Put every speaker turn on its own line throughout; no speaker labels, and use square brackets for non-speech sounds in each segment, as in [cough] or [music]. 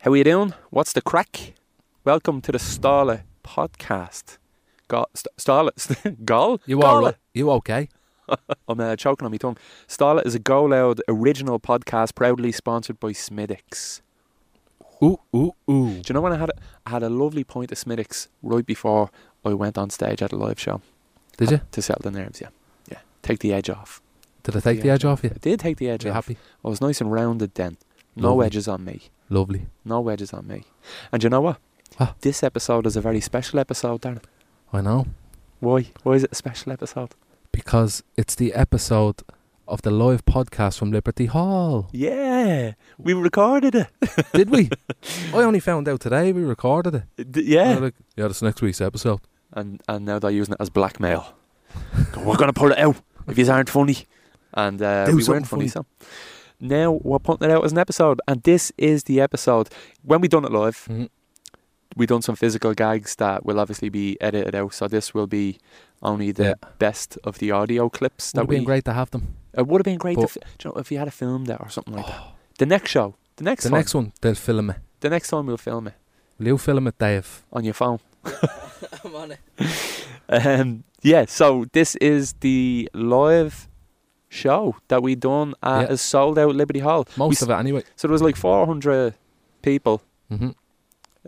How are you doing? What's the crack? Welcome to the Stala podcast. Go- St- Stala, [laughs] St- Gol?
You
Gola.
are right. you okay?
I'm uh, choking on my tongue. Stala is a Go Loud original podcast proudly sponsored by Smiddix.
Ooh ooh ooh.
Do you know when I had a, I had a lovely pint of Smiddix right before I went on stage at a live show
Did you?
to settle the nerves? Yeah, yeah. Take the edge off.
Did I take the
Yeah.
edge off you?
It did take the edge
You
off.
happy?
I was nice and rounded then. No
Lovely.
edges on me.
Lovely.
No wedges on me. And you know what?
What?
This episode is a very special episode, Darren.
I know
Why? Why is it a special episode?
because it's the episode of the live podcast from Liberty Hall.
Yeah, we recorded it. [laughs]
Did we? I only found out today we recorded it.
D-
And I'm
yeah.
like, yeah, that's next week's episode.
And and now they're using it as [laughs] blackmail. Go, We're gonna pull it out if you aren't funny. And uh,
Do
we
something
weren't funny,
funny.
so now we're putting it out as an episode. And this is the episode when we done it live.
Mhm.
We done some physical gags that will obviously be edited out. So this will be only the best of the audio clips
Would
that
have been
we
great to have them.
It would have been great
But-
if, you know, if you had a film there or something like that. The next show, Oh. the next
the
one,
next one they'll film it.
the next time we'll film it
Will you film it, Dave?
on your [laughs] phone.
I'm on it.
Um, yeah. So this is the live show that we done at
Yeah.
a sold out Liberty Hall.
Most
s-
of it anyway.
So there was like 400 people.
Mm-hmm.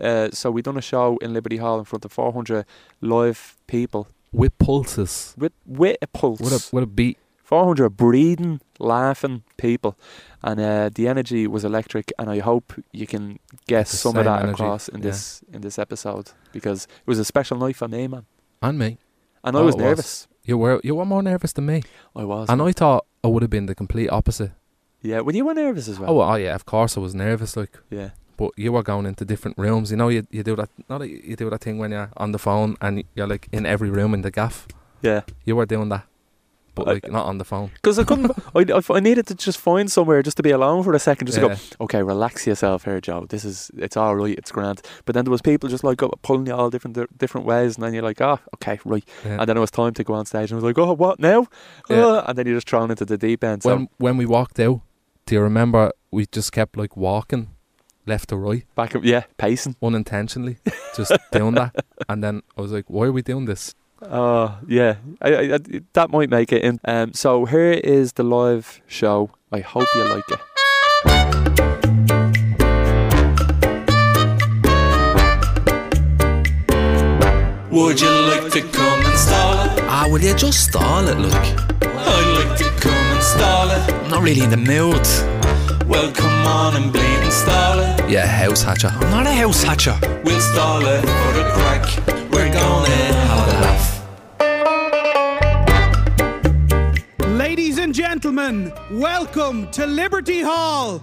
Uh, so we done a show in Liberty Hall in front of 400 live people
With pulses.
with with a pulse.
What a what a beat.
400 breathing, laughing people, and uh, the energy was electric. And I hope you can get
It's the
some of
same
that
energy,
across in
yeah.
this in this episode because it was a special night for me, man.
And me.
And I
Oh,
was
it was.
nervous.
You were you were more nervous than me.
I was.
And
man.
I thought I would have been the complete opposite.
yeah. Well, you were nervous as well.
Oh, well, oh yeah, of course I was nervous like
yeah.
but you were going into different rooms. You know, you, you do that. Not that you do that thing when you're on the phone and you're like in every room in the gaff.
Yeah.
You were doing that, but
I-
like not on the phone.
Because I couldn't. [laughs] I, I, I needed to just find somewhere just to be alone for a second, just to
Yeah.
go. Okay, relax yourself here, Joe. This is it's all right. It's grand. But then there was people just like pulling you all different different ways, and then you're like, oh, okay, right.
Yeah.
And then it was time to go on stage, and I was like, "Oh, what now?"
Yeah.
Uh, and then you're just thrown into the deep end. So
when when we walked out, do you remember we just kept like walking, left to right,
back up, yeah, pacing.
unintentionally,
[laughs]
just doing that. And then I was like, why are we doing this?
Oh, yeah, I, I, I- that might make it in. Um, so here is the live show. I hope you like it.
Would you like to come and stall it?
Ah, will you just stall it, look?
I'd like to come and stall it.
I'm not really in the mood.
Well, come on and bleed and stall it.
Yeah, house hatcher. I'm not a house hatcher.
We'll stall it for the crack. We're gonna have a laugh.
Ladies and gentlemen, welcome to Liberty Hall.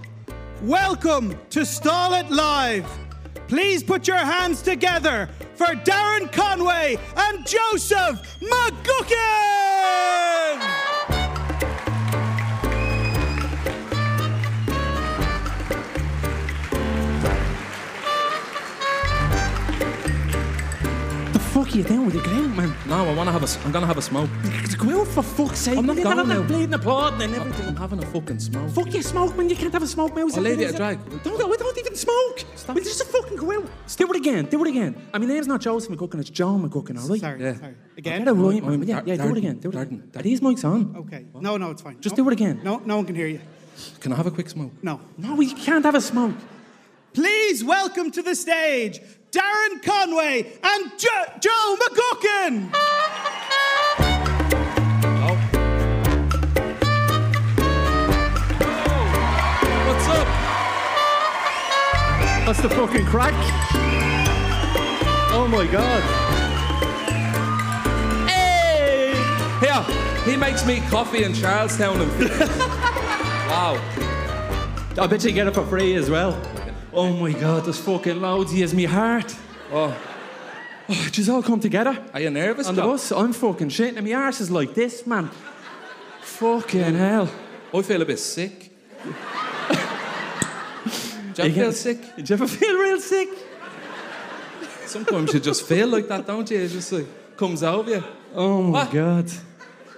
Welcome to Stall It Live. Please put your hands together for Darren Conway and Joseph McGuckin! The fuck are you doing with your ground, man?
No, I want to have a. s- I'm gonna have a smoke.
Go out for fuck's sake.
I'm not
You're gonna
going
have
now.
that bleeding applauding and everything.
I'm having a fucking smoke.
Fuck your smoke, man. You can't have a smoke, man.
I'll leave you a drag.
Don't, we don't even smoke.
Stop.
We'll just fucking go out.
Do it again. Do it again. I mean, name's not Joseph McGuckin, it's John McGuckin, all right?
Sorry,
Yeah.
sorry.
Get
Again?
it right, man.
I'm-
Yeah, yeah, do
Darden,
it again. Do it again.
Darden,
Are these mics on?
Okay. No, no, it's fine.
Just
No-
do it again.
No, no one can hear you.
Can I have a quick smoke?
No.
No, we can't have a smoke.
Please welcome to the stage Darren Conway and jo- Joe McGuckin.
What's up?
That's the fucking crack. Oh my god.
Here, he makes me coffee in
[laughs]
Charlestown. And wow.
I bet you get it for free as well. Oh my god, there's fucking loads. He has me heart.
Oh,
Oh, it just all come together.
are you nervous?
On the
Joe?
bus, I'm fucking shitting. and My arse is like this, man. Fucking hell.
I feel a bit sick. Do you
You
feel
get-
sick?
Did you ever [laughs] feel real sick?
Sometimes you just feel like that, don't you? It just like comes over you.
Oh my
What?
god.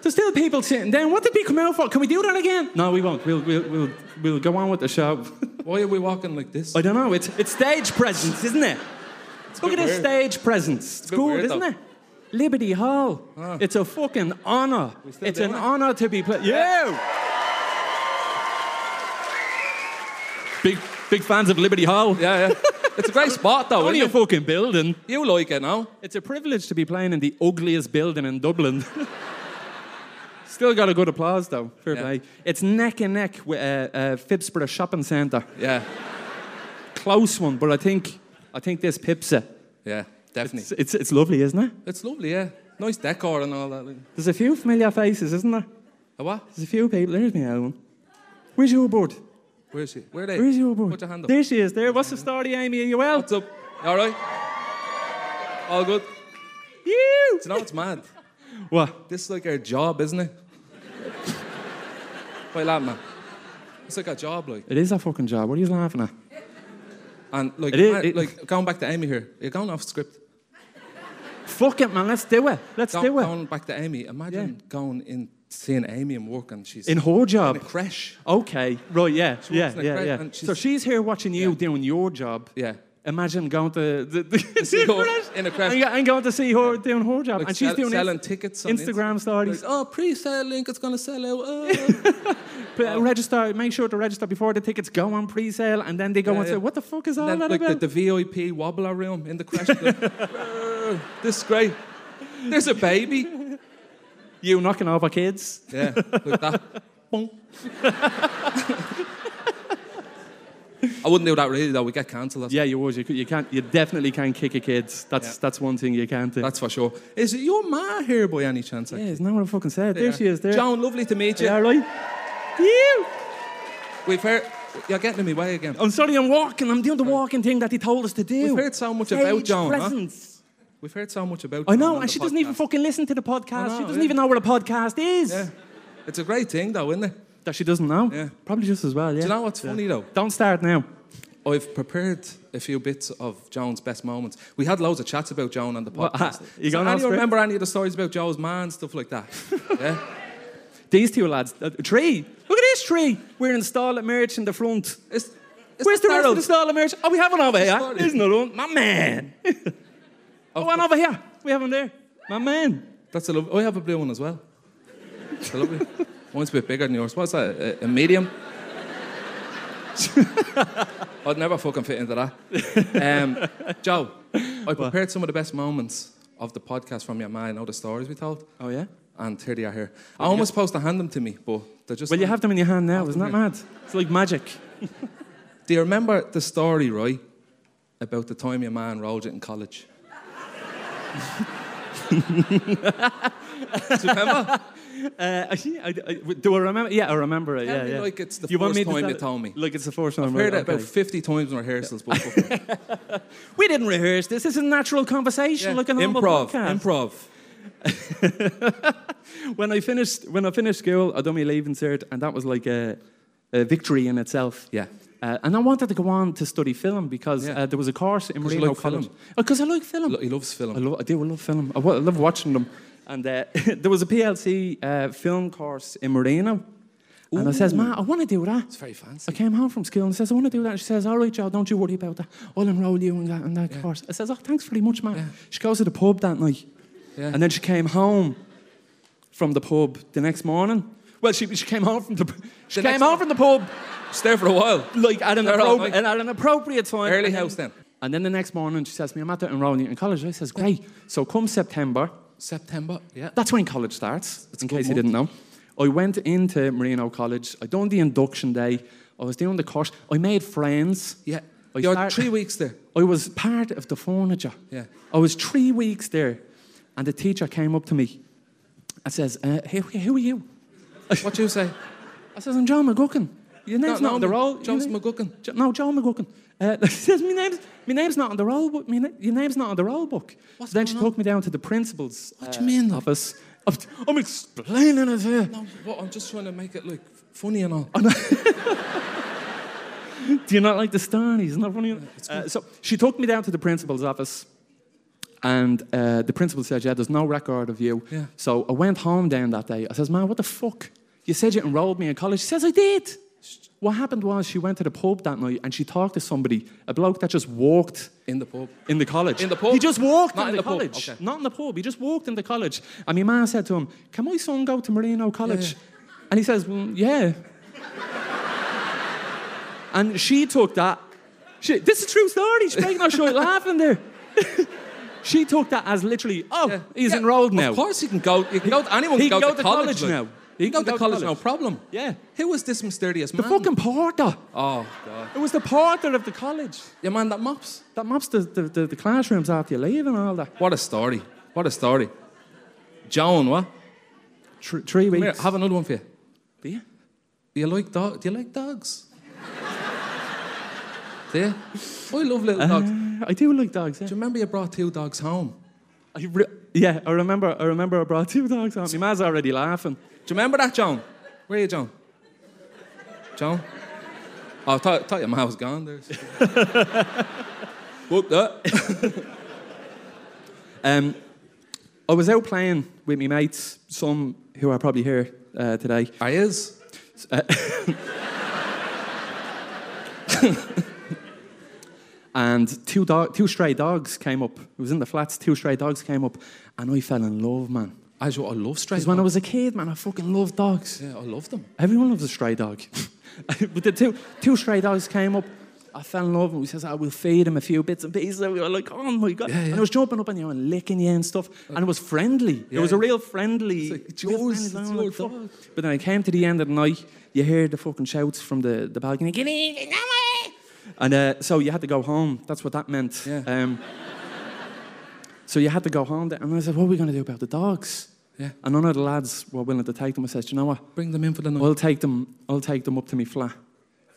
There's still people sitting down. What did we come out for? Can we do that again? No, we won't. We'll, we'll, we'll, we'll go on with the show.
Why are we walking like this?
I don't know. It's it's stage presence, isn't it? Look
bit
at this
weird.
stage presence. It's,
bit
good,
weird,
isn't
though.
it? Liberty Hall.
Ah.
It's a fucking honour.
still
It's an
doing it.
honour to be playing. Yeah. big big fans of Liberty Hall.
yeah, yeah. It's a great spot though.
Only a
Isn't it?
fucking building.
You like it now?
Oh, It's a privilege to be playing in the ugliest building in Dublin. [laughs] Still got a good applause though. Fair
Yeah.
play. It's neck and neck with uh, uh, Fibsborough Shopping Centre.
Yeah,
Close one, but I think I think this pips it.
yeah, definitely.
It's,
It's,
it's, it's lovely, isn't it?
lovely. Yeah, nice decor and all that. Like,
There's a few familiar faces, isn't there?
a what?
There's a few people. There's me, Alan. Where's your board?
Where is she? Where are they?
Where's your board?
Put your hand up.
There she is. There. What's the story, Amy? Are you well?
What's up? All right. All good. Do
You.
you know what's mad?
What?
This is like our job, isn't it? [laughs] Wait, lad, man. It's like a job, like.
It is a fucking job. What are you laughing at?
And like,
It is-
I-
it-
like going back to Amy here, you're going off script.
Fuck it, man. Let's do it. Let's
Go-
do it.
Going back to Amy. Imagine
Yeah.
going in, seeing Amy and work, and she's
In her
in a
job.
crash.
Okay. Right. Yeah. yeah.
works in a
Yeah.
cra-
Yeah.
and she's-
So she's here watching you
Yeah.
doing your job.
Yeah.
Imagine going to the, [laughs] the,
see
the
her
crash
in a crash.
and, and going to see her doing her job,
Like
and she's
sell-
doing
selling
Inst-
tickets on
Instagram stories.
Like, oh, pre-sale link, it's gonna sell
[laughs]
out. Oh.
But register, make sure to register before the tickets go on pre-sale, and then they go
Yeah,
and say,
yeah.
"What the fuck is all
then,
that
like
about?"
the, the VIP wobbler room in the crash.
[laughs]
like, this is great. There's a baby.
you knocking over kids.
Yeah, like that. Boom. [laughs] I wouldn't do that really though. We get cancelled. That's,
Yeah, you would. You, could- you can't. You definitely can't kick a kid. That's
Yeah.
that's one thing you can't do.
that's for sure. Is it your ma here by any chance?
yeah, isn't that what I fucking said? There she is. There.
John, lovely to meet you.
Yeah, right. You.
We've heard you're getting in my way again.
I'm sorry. I'm walking. I'm doing the walking thing that he told us to do.
We've heard so much
Stage
about Joan, huh?
presence.
We've heard so much about.
I
John
know,
on
and
the
she doesn't even
podcast.
fucking listen to the podcast.
I know,
she doesn't
yeah.
even know what a podcast is.
Yeah, it's a great thing though, isn't it?
That she doesn't know.
Yeah.
Probably just as well. Yeah.
Do you know what's funny though?
Don't start now.
I've prepared a few bits of Joan's best moments. We had loads of chats about Joan on the
What,
podcast.
[laughs] you
so
going off
any
script?
remember any of the stories about Joe's man and stuff like
[laughs]
that? yeah.
These two lads, a tree. Look at this tree. We're installing merch in the front.
It's, it's
Where's the rest of
Harold.
the stall of merch? Oh, we have one over here.
Sorry.
There's another one. My man. oh, one over here. We have one there. My man.
That's a lovely. I have a blue one as well. It's a lovely. Mine's a bit bigger than yours. What's that? A, a medium. [laughs] I'd never fucking fit into that. Um, Joe, I prepared some of the best moments of the podcast from your man. All the stories we told,
Oh, yeah?
and here they are here. I almost supposed to hand them to me, but they're just.
Well, you have them in your hand now. Isn't that
them
mad? It's like magic.
Do you remember the story, Roy, about the time your man rolled it in college? Do you remember?
Uh, I, I, I, do I remember? Yeah, I remember it.
Tell
yeah,
me
yeah.
like it's the
you want
first
me to
time
tell
you
it?
told me.
Like it's the first time.
I've
right,
heard it about
okay.
50 times in rehearsals.
[laughs]
But fucking-
We didn't rehearse this. This is natural conversation. Like an humble
improv,
podcast.
improv.
when I finished when I finished school, I done my leave insert, and that was like a, a victory in itself.
Yeah.
Uh, and I wanted to go on to study film because
Yeah.
uh, there was a course in
'Cause you
Marino
like film.
College. Because I like film.
Lo- He loves film.
I, love, I do love film. I, wa- I love watching them. And uh, [laughs] there was a PLC uh, film course in Marino. And I says, Ma, I want to do that.
it's very fancy.
I came home from school and says, I want to do that. And she says, All right, Joe, don't you worry about that. I'll enroll you in that, in that course. I says, Oh, thanks very much, man. She goes to the pub that night.
Yeah.
And then she came home from the pub the next morning. Well, she, she came home from the she
The
came
next
home from the pub
It's there for a while.
like at an,
They're all
appro-
night.
at an appropriate time.
Early
And
house then.
And then the next morning she says to me, I'm at the enrolling you in college. I says, Great. So come September,
September. Yeah.
that's when college starts, in
a good
case you
month.
didn't know. I went into Marino College. I done the induction day. I was doing the course. I made friends.
Yeah. Oh,
I
You're
start-
three weeks
[laughs]
there.
I was part of the furniture.
Yeah.
I was three weeks there, and the teacher came up to me and says, uh, who, who are you?
What you say?
I says, I'm John McGuckin. Your name's not on the roll.
John
Your name-
McGuckin.
Jo- No, John McGuckin. Uh, [laughs] she says, my name's, my name's not on the roll book. My na- your name's not on the roll book.
What's
then she
going on?
took me down to the principal's uh,
What do you mean, love?
office. I'm, I'm explaining it here.
No, what, I'm just trying to make it look funny and all.
Do you not like the stories? Isn't that funny? Uh, so she took me down to the principal's office, and uh, the principal said, "Yeah, there's no record of you."
Yeah.
So I went home down that day. I says, "Man, what the fuck? You said you enrolled me in college." She says, "I did." sh- what happened was she went to the pub that night and she talked to somebody, a bloke that just walked
In the pub.
in the college.
In the pub?
He just walked
Not
in,
in
the,
the pub,
college.
okay.
Not in the pub. He just walked in the college. And my ma said to him, Can my son go to Merino College? And he says, "Mm, Yeah. and she took that. She, this is a true story. She's making her
[laughs]
short laughing there. [laughs] she took that as literally, Oh, he's
Yeah,
enrolled now.
Of course, he can go. He can go. Anyone
he
can
can
go,
go to college
like.
now.
He can go, to, college, no problem.
Yeah.
Who was this mysterious
The
man?
fucking porter.
Oh God.
It was the porter of the college
Your man that mops.
that mops the, the, the, the classrooms after you leave and all that.
What a story. What a story. Joan, what?
Thr- three
Come here,
weeks.
have another one for you.
Do you?
Do you like dog? Do you like dogs? [laughs] do you? I love little dogs. Do
I do like dogs. Yeah.
you remember you brought two dogs home?
I re- yeah, I remember. I remember I brought two dogs home. My ma's already laughing.
Do you remember that, John? Where are you, John? John? Oh, I thought, thought your mouth was gone there. Whoop that.
Um, I was out playing with my mates, some who are probably here uh, today.
I is.
and two dog, two stray dogs came up. It was in the flats. Two stray dogs came up, and I fell in love, man.
As you, I love straight.
Because when I was a kid, man, I fucking loved dogs.
Yeah, I love them.
Everyone loves a stray dog. but the two, two stray dogs came up. I fell in love and we says, I will feed him a few bits and pieces. And we were like, oh my God. And I was jumping up on you and licking you and stuff. And it was friendly. it was a real friendly.
like, it's
real
yours,
friendly
it's your
line, like that.
dog.
But then I came to the end of the night, you heard the fucking shouts from the, the balcony. Get in, get in, away!" And uh, so you had to go home. That's what that meant.
Yeah.
Um, so you had to go home. And I said, what are we going to do about the dogs?
Yeah.
And none of the lads were willing to take them. I said, "Do you know what?
Bring them in for the night.
I'll take them. I'll take them up to me flat,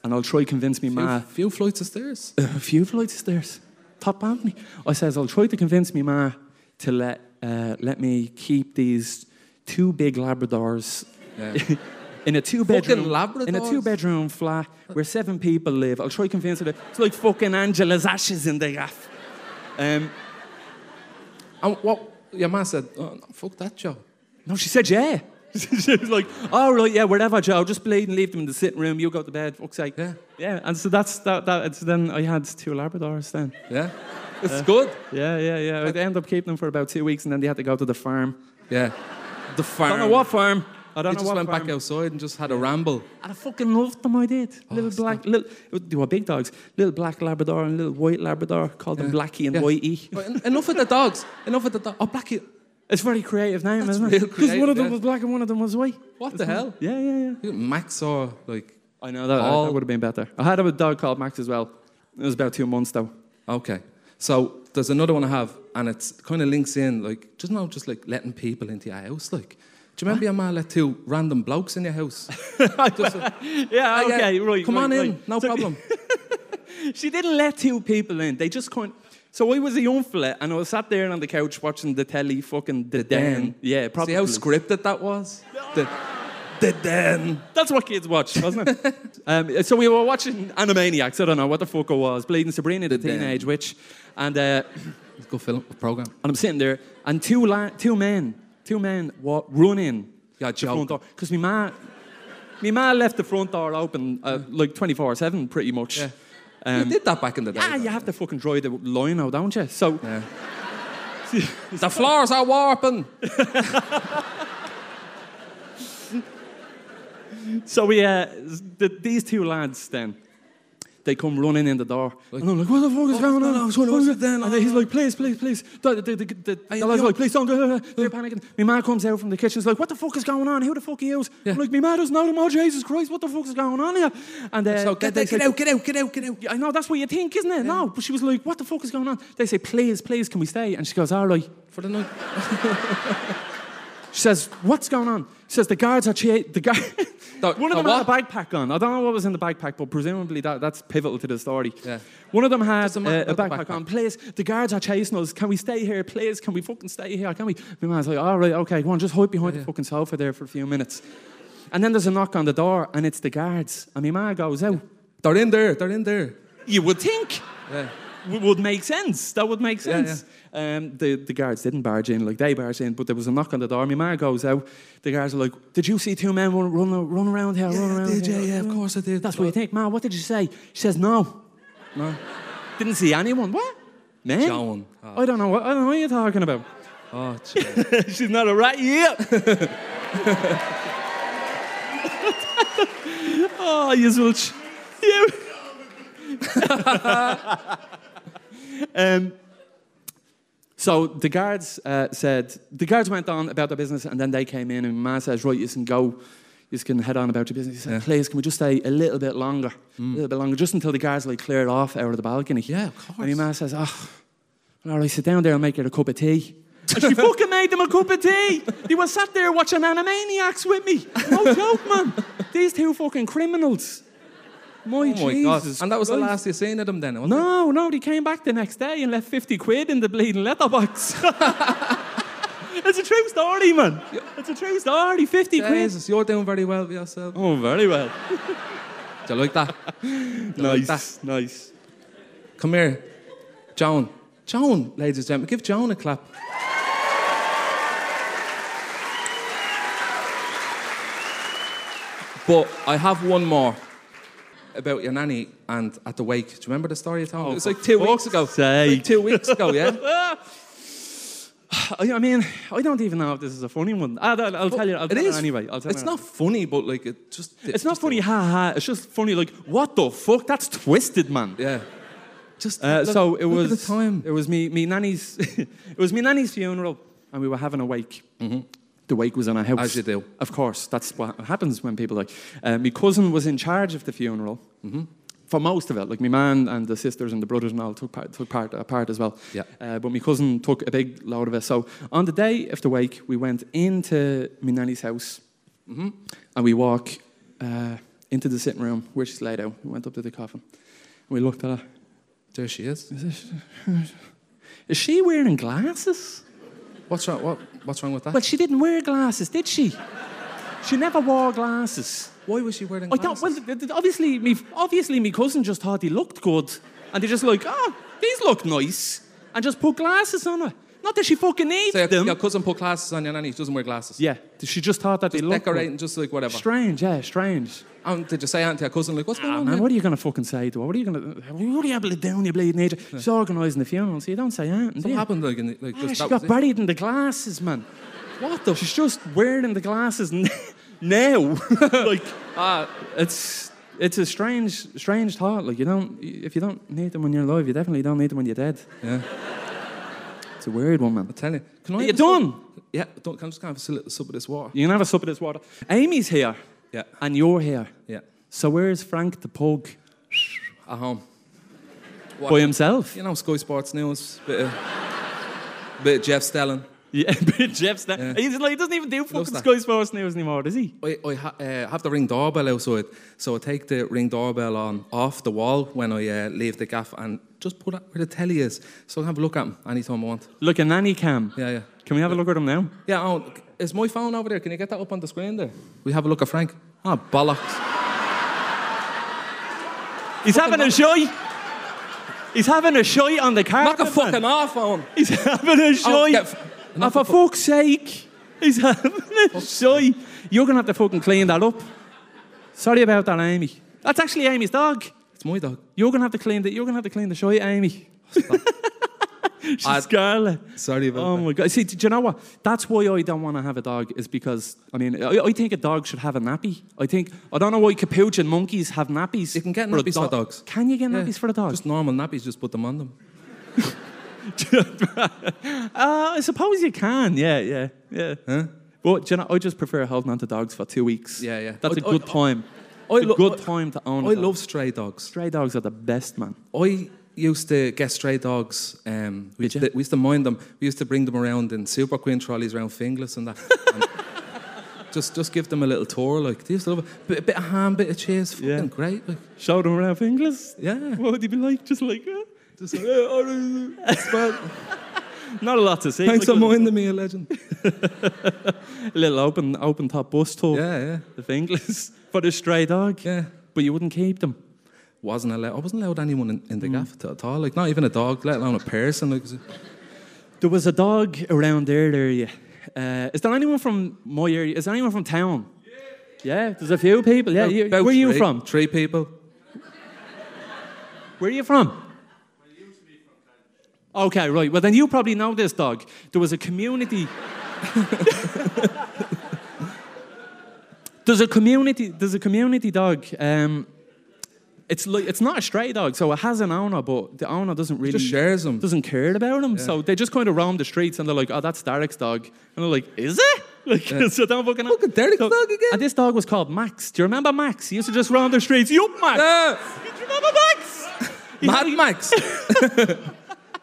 and I'll try convince me
few,
ma
few flights of stairs.
a few flights of stairs, top balcony. I says I'll try to convince me ma to let uh, let me keep these two big Labradors
Yeah.
[laughs] in a two bedroom in a
Labradors?
two bedroom flat where seven people live. I'll try to convince her that it's like fucking Angela's ashes in the gaff. Um,
and what your man said? Oh, no, fuck that, Joe.
no, she said yeah. [laughs] she was like, "All right, yeah, whatever, Joe. Just bleed and leave them in the sitting room. You go to bed. Fuck's sake."
Yeah,
Yeah, and so that's that. that it's then I had two Labradors then.
yeah. It's good.
Yeah, yeah, yeah. I ended up keeping them for about two weeks, and then they had to go to the farm.
Yeah. The farm.
I don't know what farm. I
He
don't know
just
what
went
farm.
back outside and just had a
[laughs]
ramble.
And I fucking loved them. I did. little black, little they were big dogs. Little black Labrador and little white Labrador. Called them Blackie and
Yeah.
Whitey.
But en- enough of the dogs. Enough of the dogs. Oh, Blackie.
It's a very creative name,
That's
isn't
real
it? Because one of
creative,
them
yeah.
was black and one of them was white.
What the hell?
Yeah, yeah, yeah.
Max or like.
I know that.
All-
That would have been better. I had a dog called Max as well. It was about two months though.
Okay. So there's another one I have, and it's kind of links in like just now, just like letting people into your house. Like, do you remember your man let two random blokes in your house? Just a-
Ah, Yeah.
Yeah,
[laughs] Okay. Right.
Come
right,
on in,
right.
no
So-
problem.
[laughs] She didn't let two people in. They just couldn't. So I was a young fella and I was sat there on the couch watching the telly, fucking the, den.
Den.
Yeah, probably.
See how scripted that was. The, the den.
That's what kids watch, wasn't it?
[laughs]
um, so we were watching Animaniacs. I don't know what the fuck it was. Bleeding Sabrina, the,
Den.
teenage witch, and uh, and
It's a good film program.
I'm sitting there, and two la- two men, two men wa- run in
Yeah,
the front
joking.
door because my ma, my ma left the front door open uh, like 24 seven, pretty much.
Yeah.
Um,
you did that back in the day.
Ah, you have to fucking draw the line out, don't you? So.
The floors are warping.
So we, uh, the, these two lads then, they come running in the door. and I'm like, what the fuck is going on?
no, I was wondering, what's
What
it then?
And he's like, please, please, please. The, the, the, the, the lad's
you-
like, please don't. do it." They're panicking. My man comes out from the kitchen. He's like, what the fuck is going on? Who the fuck are you? I'm like, my man doesn't know them. Oh, Jesus Christ, what the fuck is going on here? And uh,
So
they-
get,
they
out, get
say-
out, get out, get out, get out.
I know that's what you think, isn't it? No, but she was like, "What the fuck is going on?" They say, "Please, please, can we stay?" And she goes, "All right."
For the night.
She says, "What's going on?" She says, "The guards are cha- [laughs] the guard."
The-
one of
the
them had a
what?
backpack on. I don't know what was in the backpack, but presumably that, that's pivotal to the story.
Yeah.
One of them had
Doesn't
uh,
matter
a
about the
backpack,
backpack.
on. Please, the guards are chasing us. Can we stay here? Please, can we fucking stay here? Can we? My man's like, "All right, okay, go on, just hide behind the fucking sofa there for a few minutes." And then there's a knock on the door, and it's the guards. And my man goes out.
They're in there. They're in there.
You would think.
Yeah.
w- would make sense. That would make
Yeah,
sense. Um, the, the guards didn't barge in, like they barged in, but there was a knock on the door. My ma goes out. The guards are like, Did you see two men run, run, run around here? run around
did,
here?"
yeah, yeah, of course I did.
That's what you think. Ma, what did you say? She says, No. No. Didn't see anyone. What? Man?
Joan.
I don't know. What, I don't know what you're talking about.
Oh,
[laughs] She's not a rat
[laughs]
yet. [laughs] oh, you zilch. You. um, so the guards uh, said, the guards went on about their business and then they came in and my man says, right, you can go, you can head on about your business. He said, please, can we just stay a little bit longer? A little bit longer, just until the guards like cleared off out of the balcony.
Mm. Yeah, of course.
And my man says, oh, all right, sit down there and make it a cup of tea. And she fucking made them a cup of tea. They were sat there watching Animaniacs with me. No joke, man. These two fucking criminals. My
oh my God.
Jesus
And that was the
Christ.
last you seen of them then, wasn't it?
No, no, they came back the next day and left 50 quid in the bleeding letterbox. [laughs] it's a true story, man. It's a true story. 50 quid.
Jesus, you're doing very well for yourself.
Oh, very well.
Do you like that?
Nice, nice.
Come here. Joan. Joan, ladies and gentlemen, give Joan a clap. But I have one more about your nanny and at the wake. Do you remember the story you told
Oh,
me? it was like two weeks ago. Like two weeks ago, yeah?
I I mean, I don't even know if this is a funny one. I, will [laughs] I'll tell you. I'll
It
tell you
is.
anyway. I'll tell
it's
you
not funny, but like it just.
It's not funny, ha ha. It's just funny, like, what the fuck? That's twisted, man.
Yeah. Just.
Uh,
look-
so it
look
was
At the time.
It was me, me nanny's. [laughs] it was me nanny's funeral, and we were having a wake. The wake was in our house.
Mm-hmm. As you do.
Of course, that's what happens when people like. Uh, my cousin was in charge of the funeral.
Mm-hmm.
For most of it, like my man and the sisters and the brothers and all took part, took part, uh, part as well.
Yeah.
Uh, but my cousin took a big load of it. So on the day of the wake, we went into my nanny's house,
Mm-hmm.
and we walk uh, into the sitting room where she's laid out. We went up to the coffin, and we looked at her,
There she is.
is she wearing glasses?
What's wrong? What, what's wrong with that?
Well, she didn't wear glasses, did she? She never wore glasses.
Why was she wearing
I
glasses?
don't. Well, th- th- obviously, me, obviously, my cousin just thought he looked good, and they just like, oh, these look nice, and just put glasses on her. Not that she fucking needs
So your,
them.
your cousin put glasses on your nanny. She doesn't wear glasses.
yeah, she just thought that they looked good.
Decorating, just like whatever.
Strange, yeah, strange.
Um, did you say aunt to your cousin like what's going
Ah,
on?
man,
here?
what are you gonna fucking say to her? What are you gonna? What are you able to do when you bleeding nature? She's organising the funeral, so you don't say anything. do
What
you?
happened? Like, in the, like
Ah,
just,
she
that
got
was it?
buried in the glasses, man. What the? She's just wearing the glasses n- [laughs] now. [laughs] like, uh, it's it's a strange, strange thought. Like, you don't if you don't need them when you're alive, you definitely don't need them when you're dead.
Yeah.
It's a weird one, man.
I tell you. Can I
Are you
have a sup-
done?
Yeah. Don't, can I just have a sil- sip of this water?
You can have a sip of this water. Amy's here,
Yeah.
and you're here.
Yeah.
So where's Frank the pug?
At home.
By himself.
You know, Sky Sports News. Bit of, [laughs] bit of Jeff Stelling.
Yeah, [laughs] but Jeff's not.
Yeah.
He's like, he doesn't even do fucking
that.
Sky Sports News anymore, does he?
I, I ha- uh, have the ring doorbell outside, so I take the ring doorbell on off the wall when I uh, leave the gaff and just put it where the telly is, so I can have a look at him anytime I want.
Look, a nanny cam.
Yeah, yeah.
Can we have a look at him now?
Yeah, oh, is my phone over there? Can you get that up on the screen there? We have a look at Frank. Ah, bollocks.
He's having a shy. He's having a shy on the carpet.
Knock a
man.
fucking off oh. on.
He's having a shy.
Oh, get f-
oh, for fuck's sake. He's having a shy. You're going to have to fucking clean that up. Sorry about that, Amy. That's actually Amy's dog.
It's my dog.
You're going to have to clean the, You're going to have to clean the shy, Amy. [laughs] She's Scarlet.
Sorry about
Oh
that.
my god! See, do you know what? That's why I don't want to have a dog. Is because I mean, I, I think a dog should have a nappy. I think I don't know why capuchin monkeys have nappies.
You can get
for a
nappies for
dog.
dogs.
Can you get
Yeah,
nappies for a dog?
Just normal nappies, just put them on them.
[laughs] Uh, I suppose you can. Yeah, yeah, yeah. But do you know, I just prefer holding on to dogs for two weeks.
Yeah, yeah.
That's a
I- I-
good time. It's
lo-
a good
I-
time to own.
I
a dog.
love stray dogs.
stray dogs are the best, man.
I used to get stray dogs. Um, we,
Did
used
you?
to, we used to mind them. We used to bring them around in Super Queen trolleys around Finglas and that. and [laughs] just, just give them a little tour. Like they used to love it. Bit, bit of ham, bit of cheese. Fucking
Yeah.
great. Like,
Show them around fingers.
yeah.
What would you be like? Just like. Uh,
Just like, "Yeah, all right,
[laughs]
smart.
not a lot to
[laughs]
see.
Thanks for
like a little-
minding me, a legend.
[laughs] Little open, open top bus tour.
Yeah, yeah,
[laughs] The fingers for the stray dog.
yeah.
But you wouldn't keep them.
wasn't allowed. I wasn't allowed anyone in,
Mm.
in the gaff at all. Like not even a dog, let alone a person. Like
There was a dog around their area. Uh, is there anyone from my area? Is there anyone from town? Yeah, there's a few people. Yeah, you, where
about
are you
three-
from?
Three people.
Where are you from? Okay, right. Well, then you probably know this dog. There was a community. there's a community. There's a community dog. Um, it's like it's not a stray dog, so it has an owner, but the owner doesn't really
Just shares them.
doesn't care about him. So they just kind of roam the streets, and they're like, "Oh, that's Derek's dog," and they're like, "Is it?" [laughs] Like, so don't fucking. Look
at Derek's dog again.
And this dog was called Max. Do you remember Max? He used to just roam the streets. Yup, Max.
Yeah.
Do you remember Max? He
Mad [laughs] Max.
had-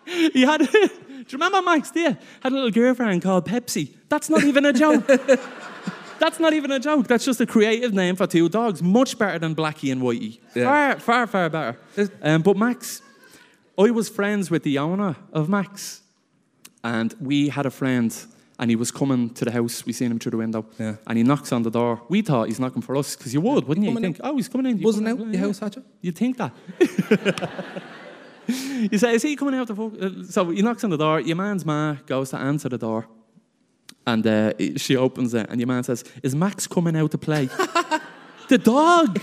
He had. [laughs] Do you remember Max? There had a little girlfriend called Pepsi. That's not even
[laughs]
a joke. That's not even a joke. That's just a creative name for two dogs. Much better than Blackie and Whitey.
Yeah.
Far, far, far better. Um, but Max, I was friends with the owner of Max, and we had a friend, and he was coming to the house. We seen him through the window,
Yeah.
and he knocks on the door. We thought he's knocking for us because you would, wouldn't you? You
Coming in.
think, oh, he's coming in. You
Buzzing
come
out your house, Hatcher.
You'd think [laughs] that. you say, is he coming out the fuck? uh, So he knocks on the door. Your man's ma goes to answer the door. And uh, it- she opens it, and your man says, is Max coming out
[laughs]
to play? the dog!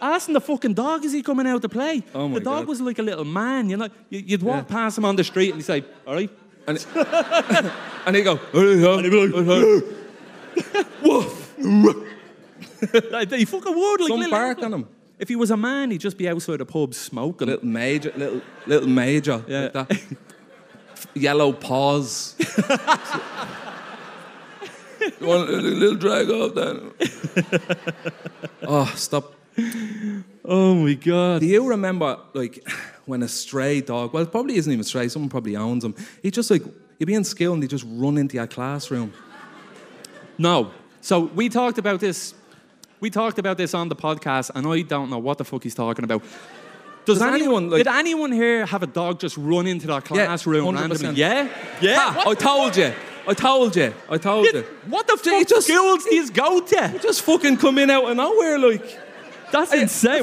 Asking the fucking dog, is he coming out to play?
Oh my
the dog
God.
was like a little man. You know, You- you'd walk past him on the street and he'd say, all right.
And they go, and
Like, He fucking would. Like,
some
little
bark on
animal.
him.
If he was a man, he'd just be outside a pub smoking.
Little major, little little major.
Yeah.
Like that. Yellow paws. [laughs] You want a little drag off then. oh, stop.
Oh my God.
Do you remember, like, when a stray dog, well, it probably isn't even stray, someone probably owns him. He just, like, you'd be in school and they just run into your classroom.
No. So we talked about this. We talked about this on the podcast, and I don't know what the fuck he's talking about. Does,
anyone, like-
did anyone here have a dog just run into their
Yeah,
classroom
100%.
randomly? Yeah, yeah.
Ha, I
what,
told you. I told you. I told Eh? you.
what the
They
fuck
just-
schools these go to?
Just fucking come in out of nowhere, like.
That's insane.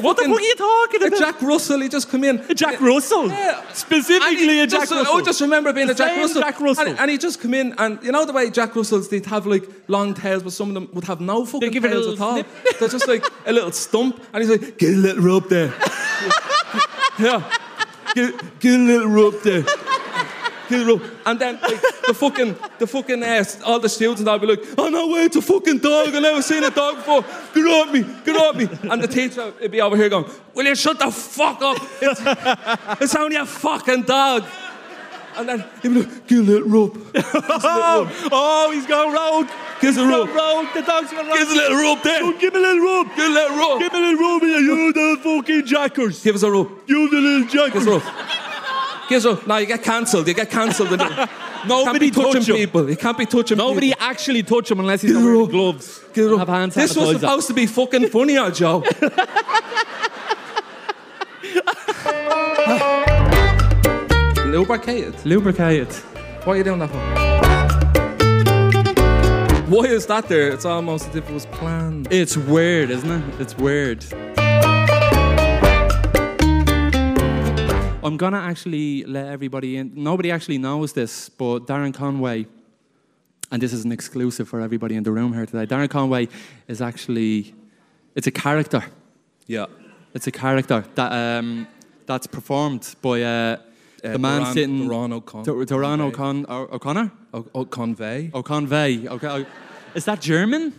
a
What the
fucking-
fuck are you talking
A
about?
Jack Russell, he just come in.
A Jack Russell,
Yeah. And
specifically
he
a Jack
just,
Russell.
I just remember being
The
a Jack
same
Russell.
Jack Russell.
And, and he'd just come in, and you know the way Jack Russells, they'd have like long tails, but some of them would have no fucking
give it a
tails
little
at all.
snip.
[laughs] They're just like a little stump, and he's like, get a little rub there. [laughs] yeah. Get, get a little rub there. Get a rub. And then like, the fucking, the fucking, uh, all the students, I'd be like, oh no way, it's a fucking dog. I've never seen a dog before. Get off me, get off me. And the teacher would be over here going, will you shut the fuck
[laughs]
up? It's, it's only a fucking dog. And then he would like, give a little rub.
[laughs] oh, oh, he's gone rogue.
Give a
Rogue,
rub.
rogue. The dog's gone rogue.
Give us a little rub there.
Give me a little rub.
Give a little rub.
Give me a little rub. here, You the fucking jackers.
Give us a rub.
You the little jackers.
Give us a rub. Give us a rub. No, you get cancelled. You get cancelled. Nobody
[laughs] Nobody
be touching
touch him.
people. You can't be touching
Nobody
people.
actually touch him unless he's not wearing gloves.
Give us a rub.
Have hand
This was
sanitizer.
supposed to be fucking funny, oh, Joe. [laughs] Lubricated.
Lubricate it.
What are you doing that for? Why is that there? It's almost as if it was planned.
It's weird, isn't it? It's weird. I'm gonna actually let everybody in. Nobody actually knows this, but Darren Conway, and this is an exclusive for everybody in the room here today. Darren Conway is actually, it's a character.
Yeah.
It's a character that um, that's performed by uh, the man
Duran-
sitting.
Duran O'Con-
Dur- Duran O'Con- O- O'Connor?
O- o- Oh, convey.
O'Convey. Okay. O- Is that German?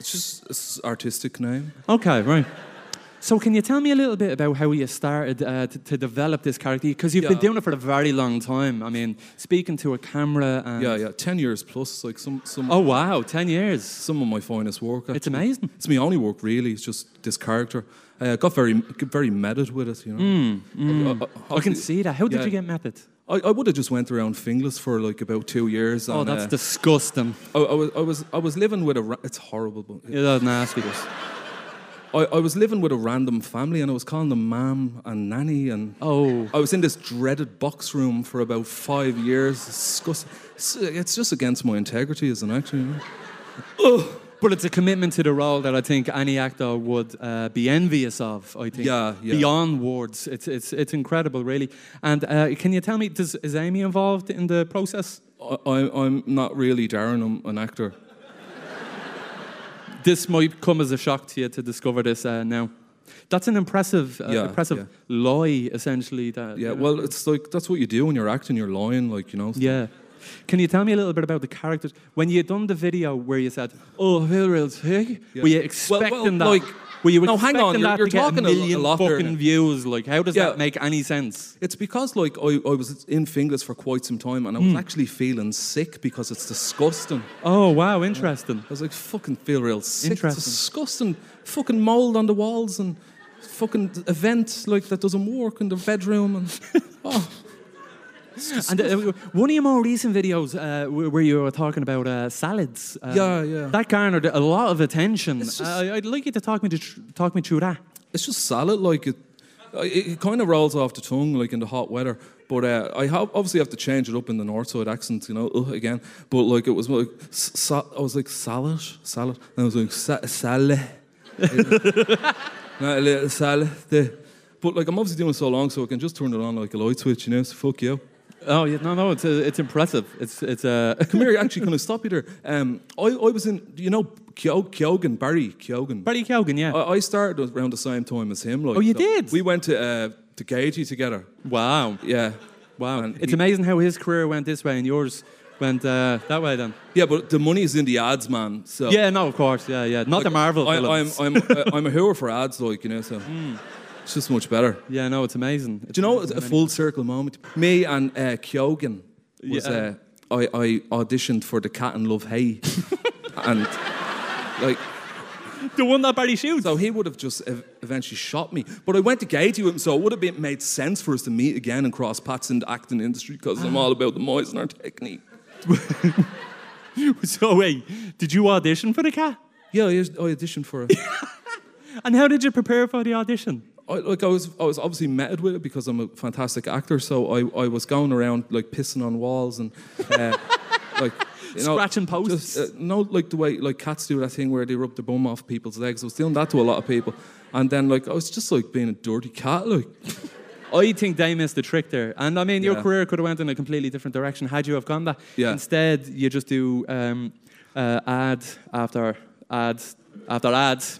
It's just it's artistic name.
Okay, right. So, can you tell me a little bit about how you started uh, to, to develop this character? Because you've been
Yeah.
doing it for a very long time. I mean, speaking to a camera and.
Yeah, yeah. Ten years plus. Like some some
Oh, wow, 10 years.
some of my finest work. Actually.
It's amazing.
It's my only work really. It's just this character. Uh, I got very very meted with it. You know. I,
Hmm, I can see that. How did
yeah. Oh,
you get method?
I, I would have just went around fingless for like about two years.
Oh,
and,
that's
uh,
disgusting.
I, I was I was I was living with a. Ra- it's horrible, but
Yeah, that's nasty.
I, I was living with a random family and I was calling them mam and nanny and
Oh.
I was in this dreaded box room for about five years. Disgusting. It's, it's just against my integrity as an actor. You know? Ugh.
But it's a commitment to the role that I think any actor would uh, be envious of. I think.
Yeah, yeah.
Beyond words, it's it's it's incredible, really. And uh, can you tell me, does is Amy involved in the process?
I, I, I'm not really Darren, I'm an actor.
This might come as a shock to you to discover this uh, now. That's an impressive, uh,
Yeah,
impressive
yeah.
lie, essentially. That
Yeah,
you know.
well, it's like that's what you do when you're acting, you're lying, like, you know.
Yeah. Can you tell me a little bit about the characters? When you done the video where you said, "Oh, who will take?" Were you
Well, well,
expecting that?
like-
were you
No,
expecting
hang on, you're-
that
you're
to get
talking a
a
lo- a
million
lot there
fucking
now.
views? Like, how does
Yeah.
that make any sense?
It's because like I, I was in Finglas for quite some time and I
Hmm.
was actually feeling sick because it's disgusting.
Oh wow, interesting.
I was like, fucking feel real sick.
Interesting.
Disgusting. Fucking mold on the walls and fucking event like that doesn't work in the bedroom and oh
And uh, one of your more recent videos uh, wh- where you were talking about uh, salads, uh,
Yeah, yeah.
that garnered a lot of attention.
It's just-
uh, I'd like you to talk me to tr- talk me through that.
it's just salad like it it, it kind of rolls off the tongue like in the hot weather but uh, I have, obviously have to change it up in the north side accent you know ugh, again but like it was like s- sa- I was like salad salad and I was like sa- salad [laughs] Not a little salad there. but like I'm obviously doing it so long so I can just turn it on like a light switch you know so fuck you
Oh yeah, no, no, it's uh, it's impressive. It's it's uh,
Come here, actually, can I stop you there? Um, I, I was in, do you know, Kyog- Kyogen, Barry Kyogen.
Barry Keoghan, yeah.
I, I started around the same time as him. Like,
Oh, you
so
did?
We went to uh, to Gagey together.
wow.
Yeah.
Wow.
And
it's
he-
amazing how his career went this way and yours went uh, that way then.
Yeah, but the money's in the ads, man. So
Yeah, no, of course. Yeah, yeah. Not the
Like,
Marvel Hmm.
I, I'm
villains.
I'm uh, I'm a hooer for ads, like you know. So it's just much better.
[laughs] yeah, no, it's amazing.
Do you know
uh,
it's a full circle moment? Me and uh, Kyogen was
Yeah.
uh, I, I auditioned for the Cat and Love
[laughs]
Hay, and like
the one that Barry shoots?
So he would have just ev- eventually shot me. But I went to Gaiety with him, so it would have been, made sense for us to meet again and cross paths in the acting industry because I'm all about the Meisner technique.
[laughs] so wait, did you audition for the cat?
Yeah, I us- I auditioned for [laughs] it.
And how did you prepare for the audition?
I, like I was, I was obviously met with it because I'm a fantastic actor. So I, I was going around like pissing on walls and uh, [laughs] like you know,
Scratching posts.
Just, uh, no, like the way like cats do that thing where they rub their bum off people's legs. I was doing that to a lot of people, and then like I was just like being a dirty cat, like.
I think they missed the trick there. And I mean, your
Yeah.
career could have went in a completely different direction had you have gone that.
Yeah.
Instead, you just do um, uh, ad after ad after ads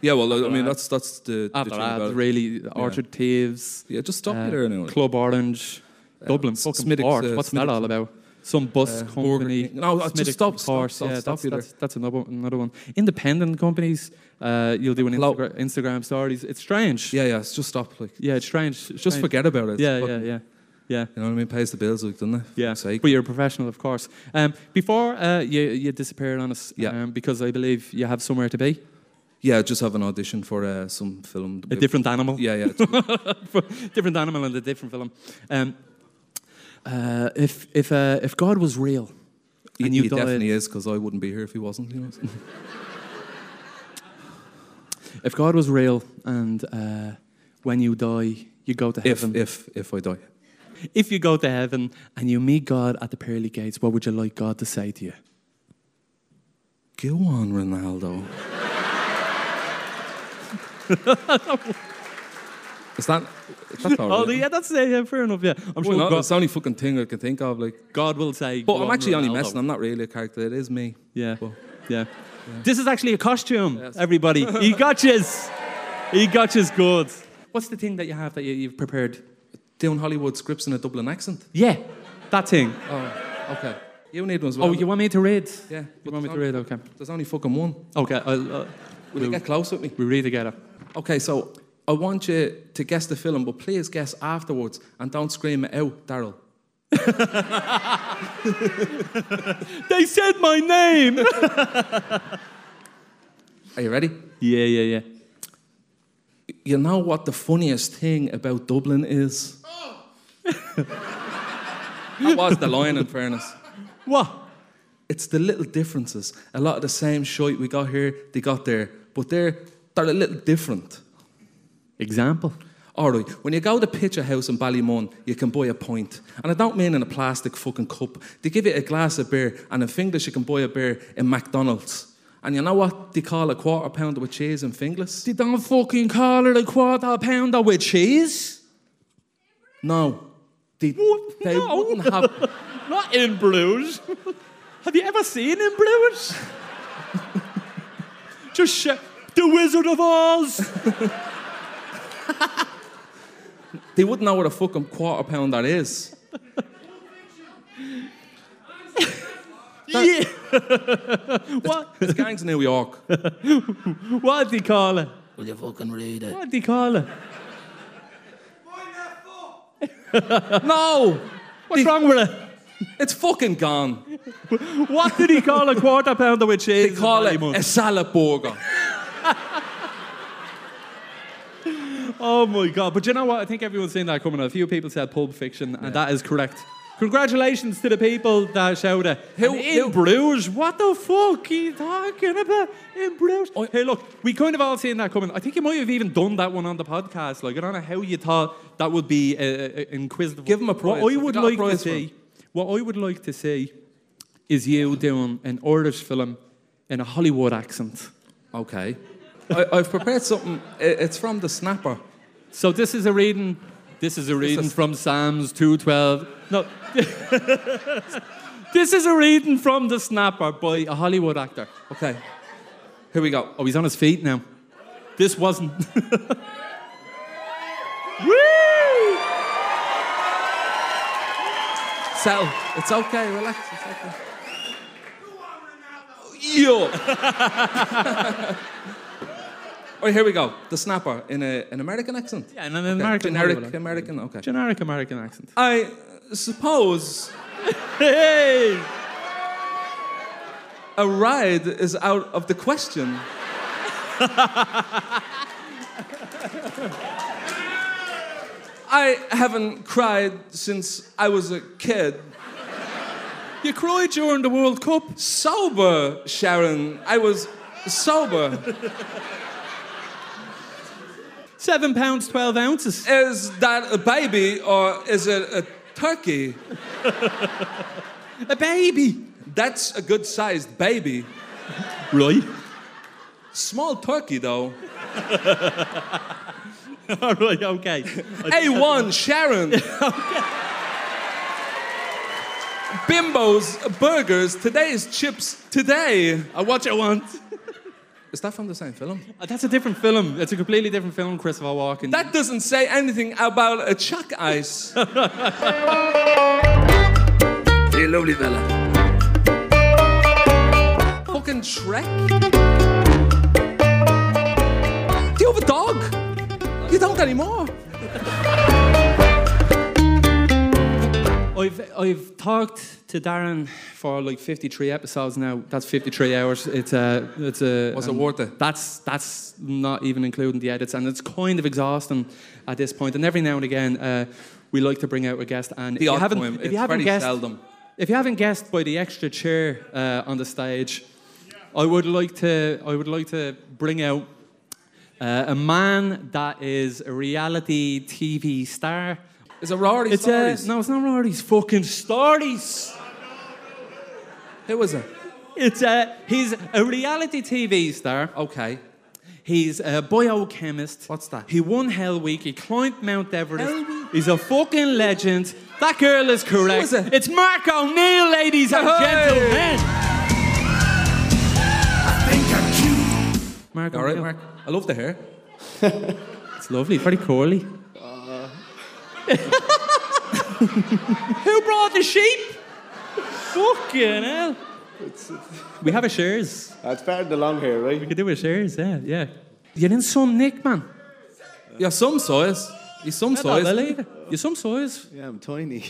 Yeah, well, I, I mean that's that's the, the
after
thing about
ads,
it.
really. Orchard Thieves.
Yeah, just stop
Uh,
me there now.
Club Orange,
Eh,
Dublin,
S-
fucking
Smittix,
Port.
uh,
What's that
Smittix.
all about? Some
Eh,
bus company.
Burger King. No, uh, just
Smittix,
stop, stop,
Port.
stop,
yeah,
stop
that's,
you there.
that's, that's another, another one. Independent companies, uh, you'll do an
Hello.
Instagra- Instagram stories. It's strange.
yeah, yeah, it's just stop. Like,
yeah it's strange. It's
just
strange.
forget about it.
Yeah,
Fuck-
yeah, yeah, yeah.
You know what I mean? Pays the bills, like, doesn't it?
Yeah,
For sake.
but you're a professional, of course. Um, before uh, you, you disappeared on us,
Yeah.
um, because I believe you have somewhere to be, [laughs]
yeah, just have an audition for uh, some film.
a different animal.
Yeah, [laughs] yeah.
different animal and a different film. Um, uh, if if uh, if God was real,
he
and you
he
died,
definitely is because I wouldn't be here if he wasn't. You know.
if God was real, and uh, when you die, you go to
if
heaven.
if if I die,
If you go to heaven and you meet God at the pearly gates, what would you like God to say to you?
go on, [laughs] Ronaldo. is that? That's all
Oh,
right.
yeah, that's uh, yeah, fair enough. Yeah, I'm sure
Well, no,
God,
it's the only fucking thing I can think of. Like,
God will say.
but
"Go
I'm
on,
actually only
Ronaldo."
messing. I'm not really a character. It is me.
Yeah.
Well-
yeah. This is actually a costume, [laughs] everybody. He gotchas. He gotchas good. What's the thing that you have that you, you've prepared?
Doing Hollywood scripts in a Dublin accent.
Yeah, that thing.
Oh, okay. You need one as well.
Oh, you want me to read?
Yeah.
You want me to read? Okay.
There's only fucking one.
Okay, I'll, uh,
Will you get close with me?
we read together.
Okay, so I want you to guess the film, but please guess afterwards and don't scream it out, Daryl.
They said my name! yeah,
Are you ready?
[laughs] yeah, yeah.
You know what the funniest thing about Dublin
[laughs]
is? that was the line, in fairness.
What?
It's the little differences. A lot of the same shite we got here, they got there, but they're they're a little different.
Example.
All right, when you go to Picture House in Ballymun, you can buy a pint. And I don't mean in a plastic fucking cup. They give you a glass of beer, and in English, you can buy a beer in McDonald's. And you know what they call a quarter pounder with cheese and fingless?
They don't fucking call it a quarter pounder with cheese.
No.
[laughs]
They, they
No.
wouldn't have.
Not in Bruges. Have you ever seen in Bruges? Just sh- The Wizard of Oz.
They wouldn't know what a fucking quarter pounder is.
yeah. what?
This gang's New York.
What do you call it?
Will you fucking read it?
What do you call it? [laughs] no. What's wrong with it?
It's fucking gone.
What did he call a quarter pounder with cheese?
They call
in
it
Ballymun?
a salad burger.
Oh my god! But you know what? I think everyone's seen that coming. A few people said Pulp Fiction, and that is correct. Congratulations to the people that shouted. Who in
who-
Bruges? What the fuck are you talking about in Bruges?
Oh,
hey, look, we kind of all seen that coming. I think you might have even done that one on the podcast. Like, I don't know how you thought that would be uh, uh, inquisitive.
Give 'em a prize.
What I
Have
would
you got a
like to
prize for 'em?
see. What I would like to see is you doing an Irish film in a Hollywood accent.
Okay. I, I've prepared something. I- It's from the snapper.
So this is a reading. This is a reading
is-
from Psalms two twelve. No. [laughs] this is a reading from the Snapper by a Hollywood actor.
Okay. Here we go.
Oh, he's on his feet now. This wasn't. [laughs]
Settle. It's okay. Relax. It's okay. Yo. [laughs] All right, here we go. The snapper in a, an American accent.
Yeah, in an American
generic
Hollywood accent.
American. Okay.
Generic American accent.
I suppose
Hey!
a ride is out of the question. I haven't cried since I was a kid.
You cried during the World Cup.
Sober, Sharon. I was sober.
Seven pounds twelve ounces.
Is that a baby or is it a turkey?
A baby.
That's a good sized baby.
Right.
Small turkey though.
All [laughs] right. Okay.
A1 Sharon. [laughs] Bimbos, burgers, today's chips, today.
I what you want.
Is that from the same film?
Uh, That's a different film. It's a completely different film. Christopher Walken.
That doesn't say anything about a chuck [laughs] ice.
Dear lovely fella.
Fucking Shrek. Do you have a dog? You don't anymore.
I've I've talked to Darren for like 53 episodes now. That's 53 hours. It's a it's a. um,
Was it worth it?
That's that's not even including the edits, and it's kind of exhausting at this point. And every now and again, uh, we like to bring out a guest. And if you
odd
haven't,
time.
if
It's
you haven't
very
guessed,
seldom.
if you haven't guessed by the extra chair uh, on the stage, I would like to I would like to bring out uh, a man that is a reality TV star.
Is it Rory
It's uh,
Stories?
no, it's not Rory's fucking stories.
Who was it?
It's a he's a reality TV star.
Okay.
He's a biochemist.
What's that?
He won Hell Week. He climbed Mount Everest.
Hell Week?
He's a fucking legend. That girl is correct.
is it?
It's Mark O'Neill, ladies and
Ahoy!
gentlemen. Mark
All right,
O'Neill.
Mark. I love the hair.
It's lovely. Very [laughs] curly. Who brought the sheep? fucking hell. We have a shares.
That's better than the long hair, right?
We could do a shares, yeah, yeah. You're in some nick, man.
Yeah, some size. He's some
Hello,
size.
Lily. You're some size.
Yeah, I'm
[laughs]
tiny.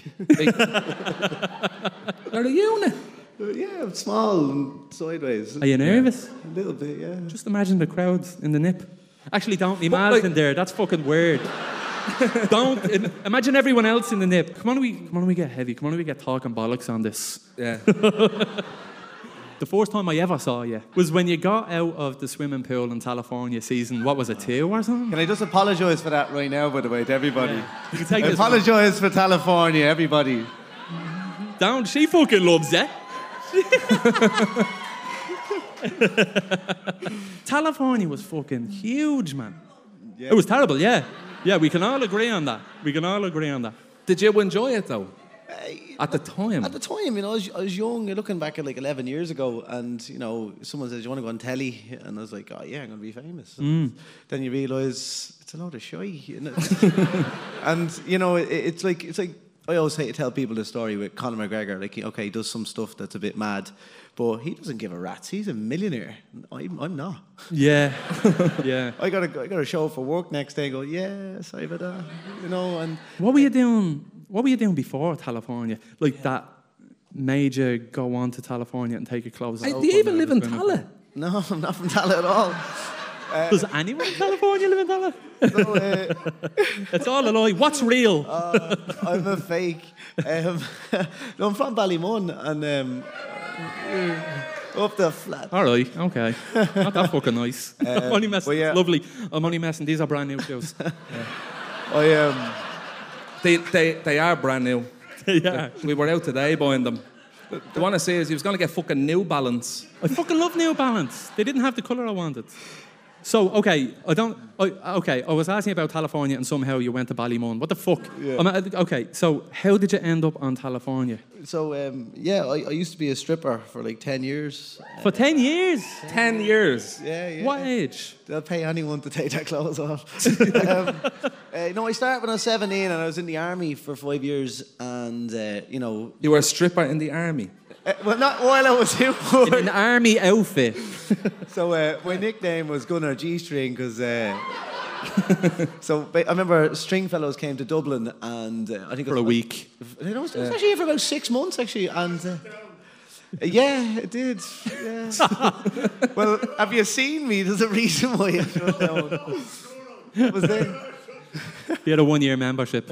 Are you in it?
Uh, yeah, I'm small and sideways.
Are you nervous?
A little bit, yeah.
Just imagine the crowds in the nip. Actually, don't.
But,
Imagine
like-
there. That's fucking [laughs] weird. don't. im- Imagine everyone else in the nip. Come on, we come on, we get heavy. Come on, we get talking bollocks on this.
Yeah.
[laughs] The first time I ever saw you was when you got out of the swimming pool in California season. What was it, two or something?
Can I just apologise for that right now, by the way, to everybody?
You can take
I
this. one.
apologise for California, everybody.
[laughs] down. She fucking loves it. California was fucking huge, man. It was terrible, yeah. Yeah, we can all agree on that. We can all agree on that. Did you enjoy it though? At the time.
At the time, you know, I was, I was young, you're looking back at like 11 years ago, and, you know, someone says, You want to go on telly? And I was like, Oh, yeah, I'm going to be famous. And Then you realize it's a load of shy. And, it- [laughs] and you know, it, it's like, it's like, I always say to tell people the story with Conor McGregor. Like, he- okay, he does some stuff that's a bit mad, but he doesn't give a rat's. He's a millionaire. I'm, I'm not.
Yeah. yeah.
I got a, I got a show for work next day. And go, yeah, sorry about that. You know, and [laughs]
What were you doing? What were you doing before California? Like that major go on to California and take your clothes
Hey,
off.
do you even
and
live in
everything.
Tala?
no, I'm not from Tala at all.
Does anyone in California live in Tala?
No, uh,
It's all a lie. What's real?
I'm a fake. Um, [laughs] no, I'm from Ballymun and um, uh, up the flat.
all right. Okay. Not that fucking
[laughs]
nice. I'm only messing.
Um, well, yeah.
It's lovely. Oh, I'm only messing. These are brand new
[laughs]
shoes.
I um,
They, they, they are brand new.
yeah.
We were out today buying them. The one I say is he was going to get fucking New Balance.
I fucking love New Balance. They didn't have the color I wanted. So okay, I don't. I, okay, I was asking about California, and somehow you went to Ballymun. What the fuck? I'm, okay, so how did you end up on California
so um, yeah, I, I used to be a stripper for like ten years.
for ten years?
10 years.
Yeah, Uh, yeah.
What age?
They'll pay anyone to take their clothes off. [laughs] um, uh, no, I started when I was 17 and I was in the army for five years. And, uh, you know,
You were a stripper in the army.
uh, well, not while I was in war.
In an army outfit.
So uh, my nickname was Gunnar G String because. Uh, [laughs] so ba- I remember Stringfellows came to Dublin and uh, I think [laughs] for a week. It was, it was actually here for about six months actually, and uh, yeah, it did. Yeah. [laughs] well, have you seen me? There's a reason why I shut down. Was there?
You had a one-year membership.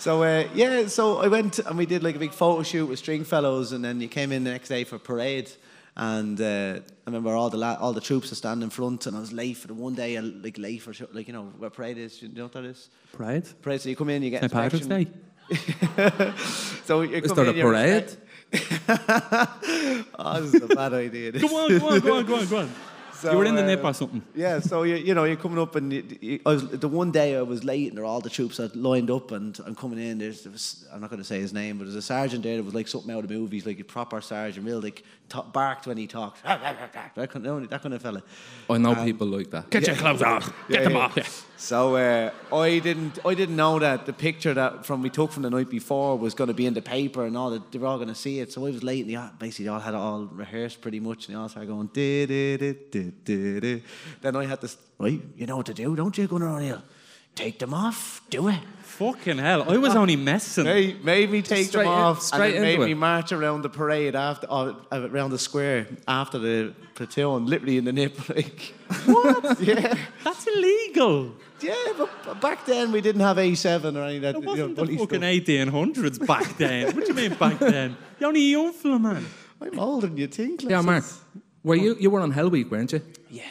So uh, yeah, so I went and we did like a big photo shoot with Stringfellows, and then you came in the next day for parade. And uh, I remember all the la- all the troops were standing in front, and I was late for the one day, and like late for sure, like you know where parade is. You know what that is?
Right?
Parade. So you come in, you get
St. Patrick's
inspection. [laughs]
Day.
So you
Is
come
there
in,
a
you're
parade?
inspe- [laughs] oh, this is a bad idea. this.
Go on, go on, go on, go on, go on.
So,
you were in the
uh,
nip or something.
[laughs] Yeah, so you, you know you're coming up and you, you, I was, the one day I was late and there were all the troops had lined up and I'm coming in. There's there was, I'm not going to say his name, but there's a sergeant there that was like something out of movies, like a proper sergeant, real like ta barked when he talked, [laughs] that kind of, that kind of fella.
I know people like that.
Get your clothes off. Get them
yeah.
off. Yeah.
So uh, I didn't I didn't know that the picture that from we took from the night before was going to be in the paper and all that they were all going to see it. So I was late and they all, basically they all had it all rehearsed pretty much and they all started going dee dee dee dee dee dee. Then I had to s- right, you know what to do, don't you, Gunnar O'Neill? Take them off, do it.
Fucking hell. I was
Ah.
only messing.
They made me take
Straight
them
in-
off
straight
and it
into
made me
it.
march around the parade after uh, around the square after the platoon, literally in the nip. [laughs] Like, what? [laughs] yeah.
That's illegal.
Yeah, but but back then we didn't have A7 or any of that.
It
you know,
wasn't the
bully
fucking
stuff.
1800s back then. what do you mean back then? You're only a young fella, man.
I'm older than you think.
Yeah,
lads.
Mark. Were you, you were on Hell Week, weren't you? Yeah.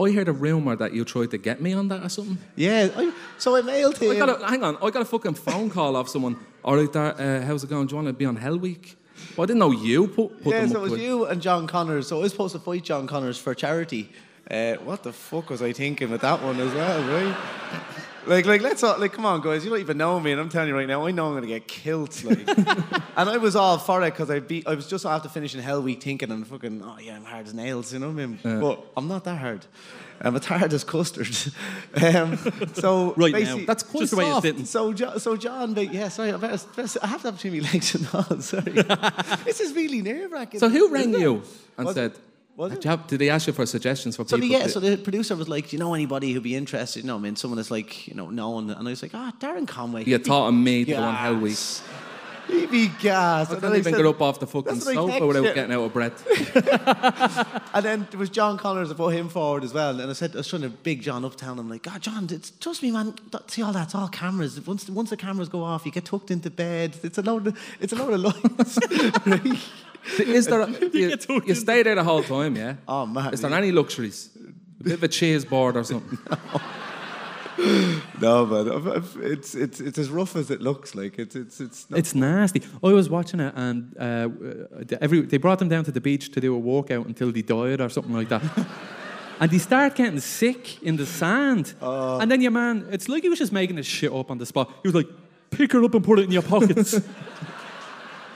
I heard a rumour that you tried to get me on that or something.
Yeah, I, so I mailed
I
him.
got a, hang on, I got a fucking phone call off someone. All right, there, uh, how's it going? Do you want to be on Hell Week? Well, I didn't know you put, put
yeah,
them
so
up
it was
to it.
you and John Connors. So I was supposed to fight John Connors for charity. Uh, what the fuck was I thinking with that one as well, right? Like, like, let's all, like, come on, guys. You don't even know me, and I'm telling you right now, I know I'm gonna get killed. Like, and I was all for it because I beat. I was just after finishing Hell Week, thinking, and fucking, oh yeah, I'm hard as nails, you know what I mean? But I'm not that hard. I'm as hard as custard. [laughs] um, so
Right now.
basically-
That's quite Just the way it's soft. written.
So, jo- so John, but yeah, sorry, I, better, better- I have to have between my legs and all. [laughs] Sorry, this is really nerve wracking.
So who rang you and
Was
said,
it- was
"Did
it?
you have- did they ask you for suggestions for
So the,
people?
yeah,
to-"
so the producer was like, "Do you know anybody who'd be interested?" You know, I mean, someone that's like, you know, known. And I was like, "Ah, Darren Conway."
you
he'd be-
taught me to go on Hell Week.
Yes. He'd be gassed.
I
And
couldn't
then
even
I
get
said-
up off the fucking
That's like
sofa
next
without
year.
getting out of breath.
[laughs]
And then there was John Connors. I put him forward as well. And I said, I was trying to big John up, telling him like, "God, John, it's, trust me, man. th- See all that? It's all cameras. Once once the cameras go off, you get tucked into bed. It's a load. Of, it's a load of lights." [laughs] Right?
Is there? A, you,
get talked
you stay there the whole
[laughs]
time, yeah.
Oh, man,
Is there
yeah.
[laughs]
any luxuries? A bit of a cheese board or something.
No, but I've- I've- it's it's it's as rough as it looks. Like it's it's it's. Not,
It's nasty. I was watching it, and uh, every they brought them down to the beach to do a walkout until they died or something
[laughs]
like that. and they start getting sick in the sand.
Oh.
and then your man, it's like he was just making his shit up on the spot. He was like, "Pick her up and put it in your
[laughs]
pockets.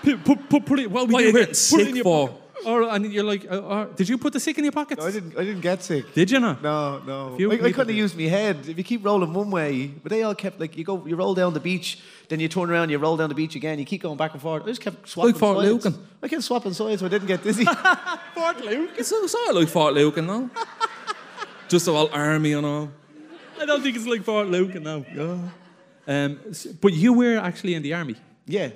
put, put, put, put it.
What
What, we
are you
do here,
getting
put it
sick
in your
for?"
pocket. Or, and you're like, uh, uh, "Did you put the sick in your pockets?
I didn't I didn't get sick.
Did you not?
No, no.
Few
I, I
people
couldn't have
did.
used my head. If you keep rolling one way, but they all kept like you go, you roll down the beach, then you turn around, you roll down the beach again, you keep going back and forth. I just kept swapping
Fort
sides.
Lucan.
I kept swapping sides, so I didn't
[laughs]
get dizzy.
Fort Luke. It's so sort of like Fort Luke and all. Just all army and all.
I don't think it's like Fort Luke now. Um, s- but you were actually in the army
yeah,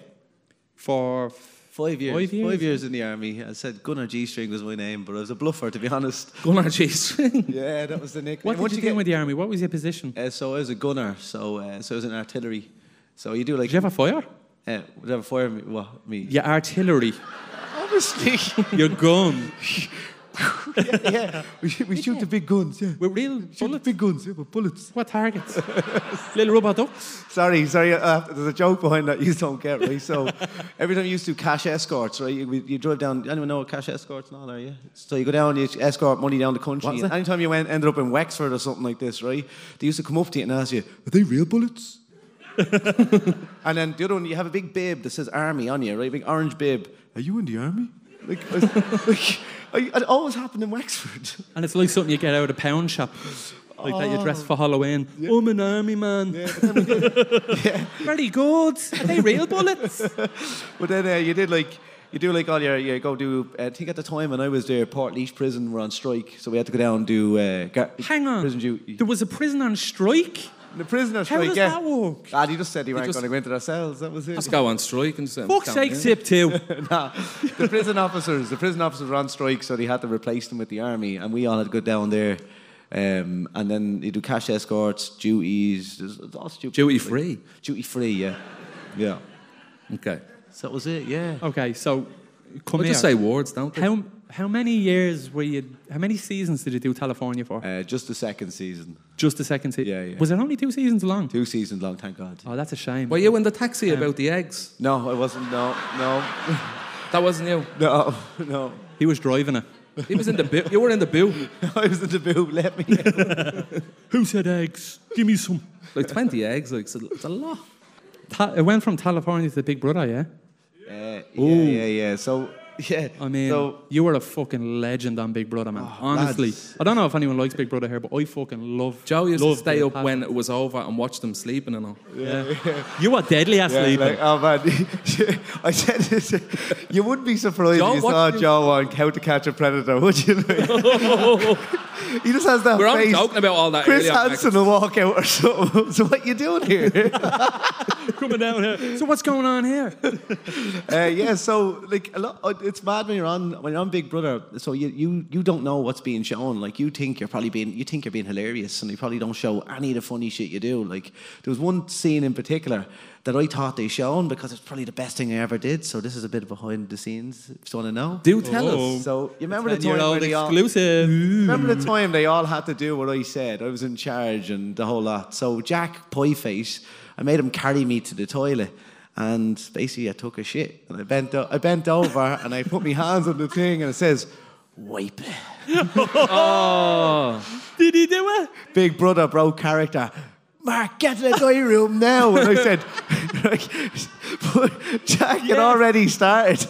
for
five years.
Five years?
in the army. I said Gunnar G string was my name, but I was a bluffer to be honest.
Gunnar
[laughs]
Cheese.
Yeah, that was the nickname.
what did
Once
you, do
get-
with the army? What was your position?
Uh, so I was a gunner, so uh, so I was in artillery. So you do like
Did you have a fire?
uh, whatever fire me, well, me.
Your artillery,
Obviously,
[laughs] your gun,
[laughs] yeah. We, shoot- we shoot the big guns, yeah.
with real
Shoot the
bullets.
big guns, yeah, with bullets.
What targets? Little rubber ducks.
Sorry, sorry. Uh, there's a joke behind that you don't get, right? So every time you used to cash escorts, right? You, you drive down. Anyone know what cash escorts and all are you? So you go down, you escort money down the country.
What's
and
that?
anytime you went, ended up in Wexford or something like this, right? They used to come up to you and ask you, "Are they real [laughs] bullets?" and then the other one, you have a big bib that says "Army" on you, right? Big orange bib. Are you in the army? Like, [laughs] I was- like I, it always happened in Wexford.
And it's like something you get out of the pound shop. Like that you
Oh.
dress for Halloween. I'm an army man. [laughs] Very good. Are they real
[laughs]
bullets?
But then uh, you did like you do like all your you go do. uh, I think at the time when I was there, Port Leash prison were on strike, so we had to go down and do. Uh, gar-
Hang on.
prison duty.
There was a prison on strike.
The prisoner
How
strike.
does
yeah.
that work?
Ah, he just said he weren't
just-
going to go into their cells. That was [laughs]
Let's
it.
go on strike and say,
Fuck's sake, tip
[laughs]
two.
nah, the prison officers, the prison officers were on strike, so they had to replace them with the army, and we all had to go down there. Um, and then you do cash escorts, duties, it's- it's all stupid.
Duty free.
duty free, yeah, yeah.
Okay.
So that was it, yeah.
Okay, so come
I
here.
just say words, don't they?
how, how many years were you, how many seasons did you do California for?
Uh, just the second season,
Just the second season?
yeah, yeah.
Was it only two seasons long?
two seasons long. Thank God.
Oh, that's a shame.
Were you in the taxi
Um,
about the eggs?
No, I wasn't. No, no.
That wasn't you. [laughs]
No, no.
He was driving it.
He was in the boot. You were in the boot.
I was in the boob, let me.
Who said eggs? Give me some.
Like 20 eggs. Like, it's, a, it's a lot.
Ta- it went from California to the Big Brother, yeah?
yeah, yeah, yeah. So, yeah.
I mean,
so,
you were a fucking legend on Big Brother, man. Honestly.
lads.
I don't know if anyone likes Big Brother here, but I fucking love
Joe used
loved
to stay
it.
up when it was over and watch them sleeping and all.
You were deadly
yeah,
asleep.
like, oh man, [laughs] I said this. You wouldn't be surprised
Joe,
if you saw
what do you-
Joe on How to Catch a Predator, would you? [laughs] he just has that
We're only
face.
talking about all that
Chris
earlier.
Hansen will walk out or something. [laughs] so what you doing here?
[laughs] coming down here. So what's going on here?
uh, yeah, so like a lot, uh, it's mad when you're on when you're on Big Brother. So you, you you don't know what's being shown. Like you think you're probably being you think you're being hilarious, and they probably don't show any of the funny shit you do. Like there was one scene in particular that I thought they shown because it's probably the best thing I ever did. So this is a bit of behind the scenes. If you want to know,
Do tell
Oh.
us.
So you remember the time where
Ten-year-old
they all,
exclusive.
Remember the time they all had to do what I said? I was in charge and the whole lot. So Jack Pieface, I made him carry me to the toilet. And basically, I took a shit and I bent, o- I bent over and I put my hands on the thing and it says, wipe it.
[laughs] Oh. Did he do it?
Big brother broke character. Mark, get to the guy room now. And I said, [laughs] like, but Jack had already started.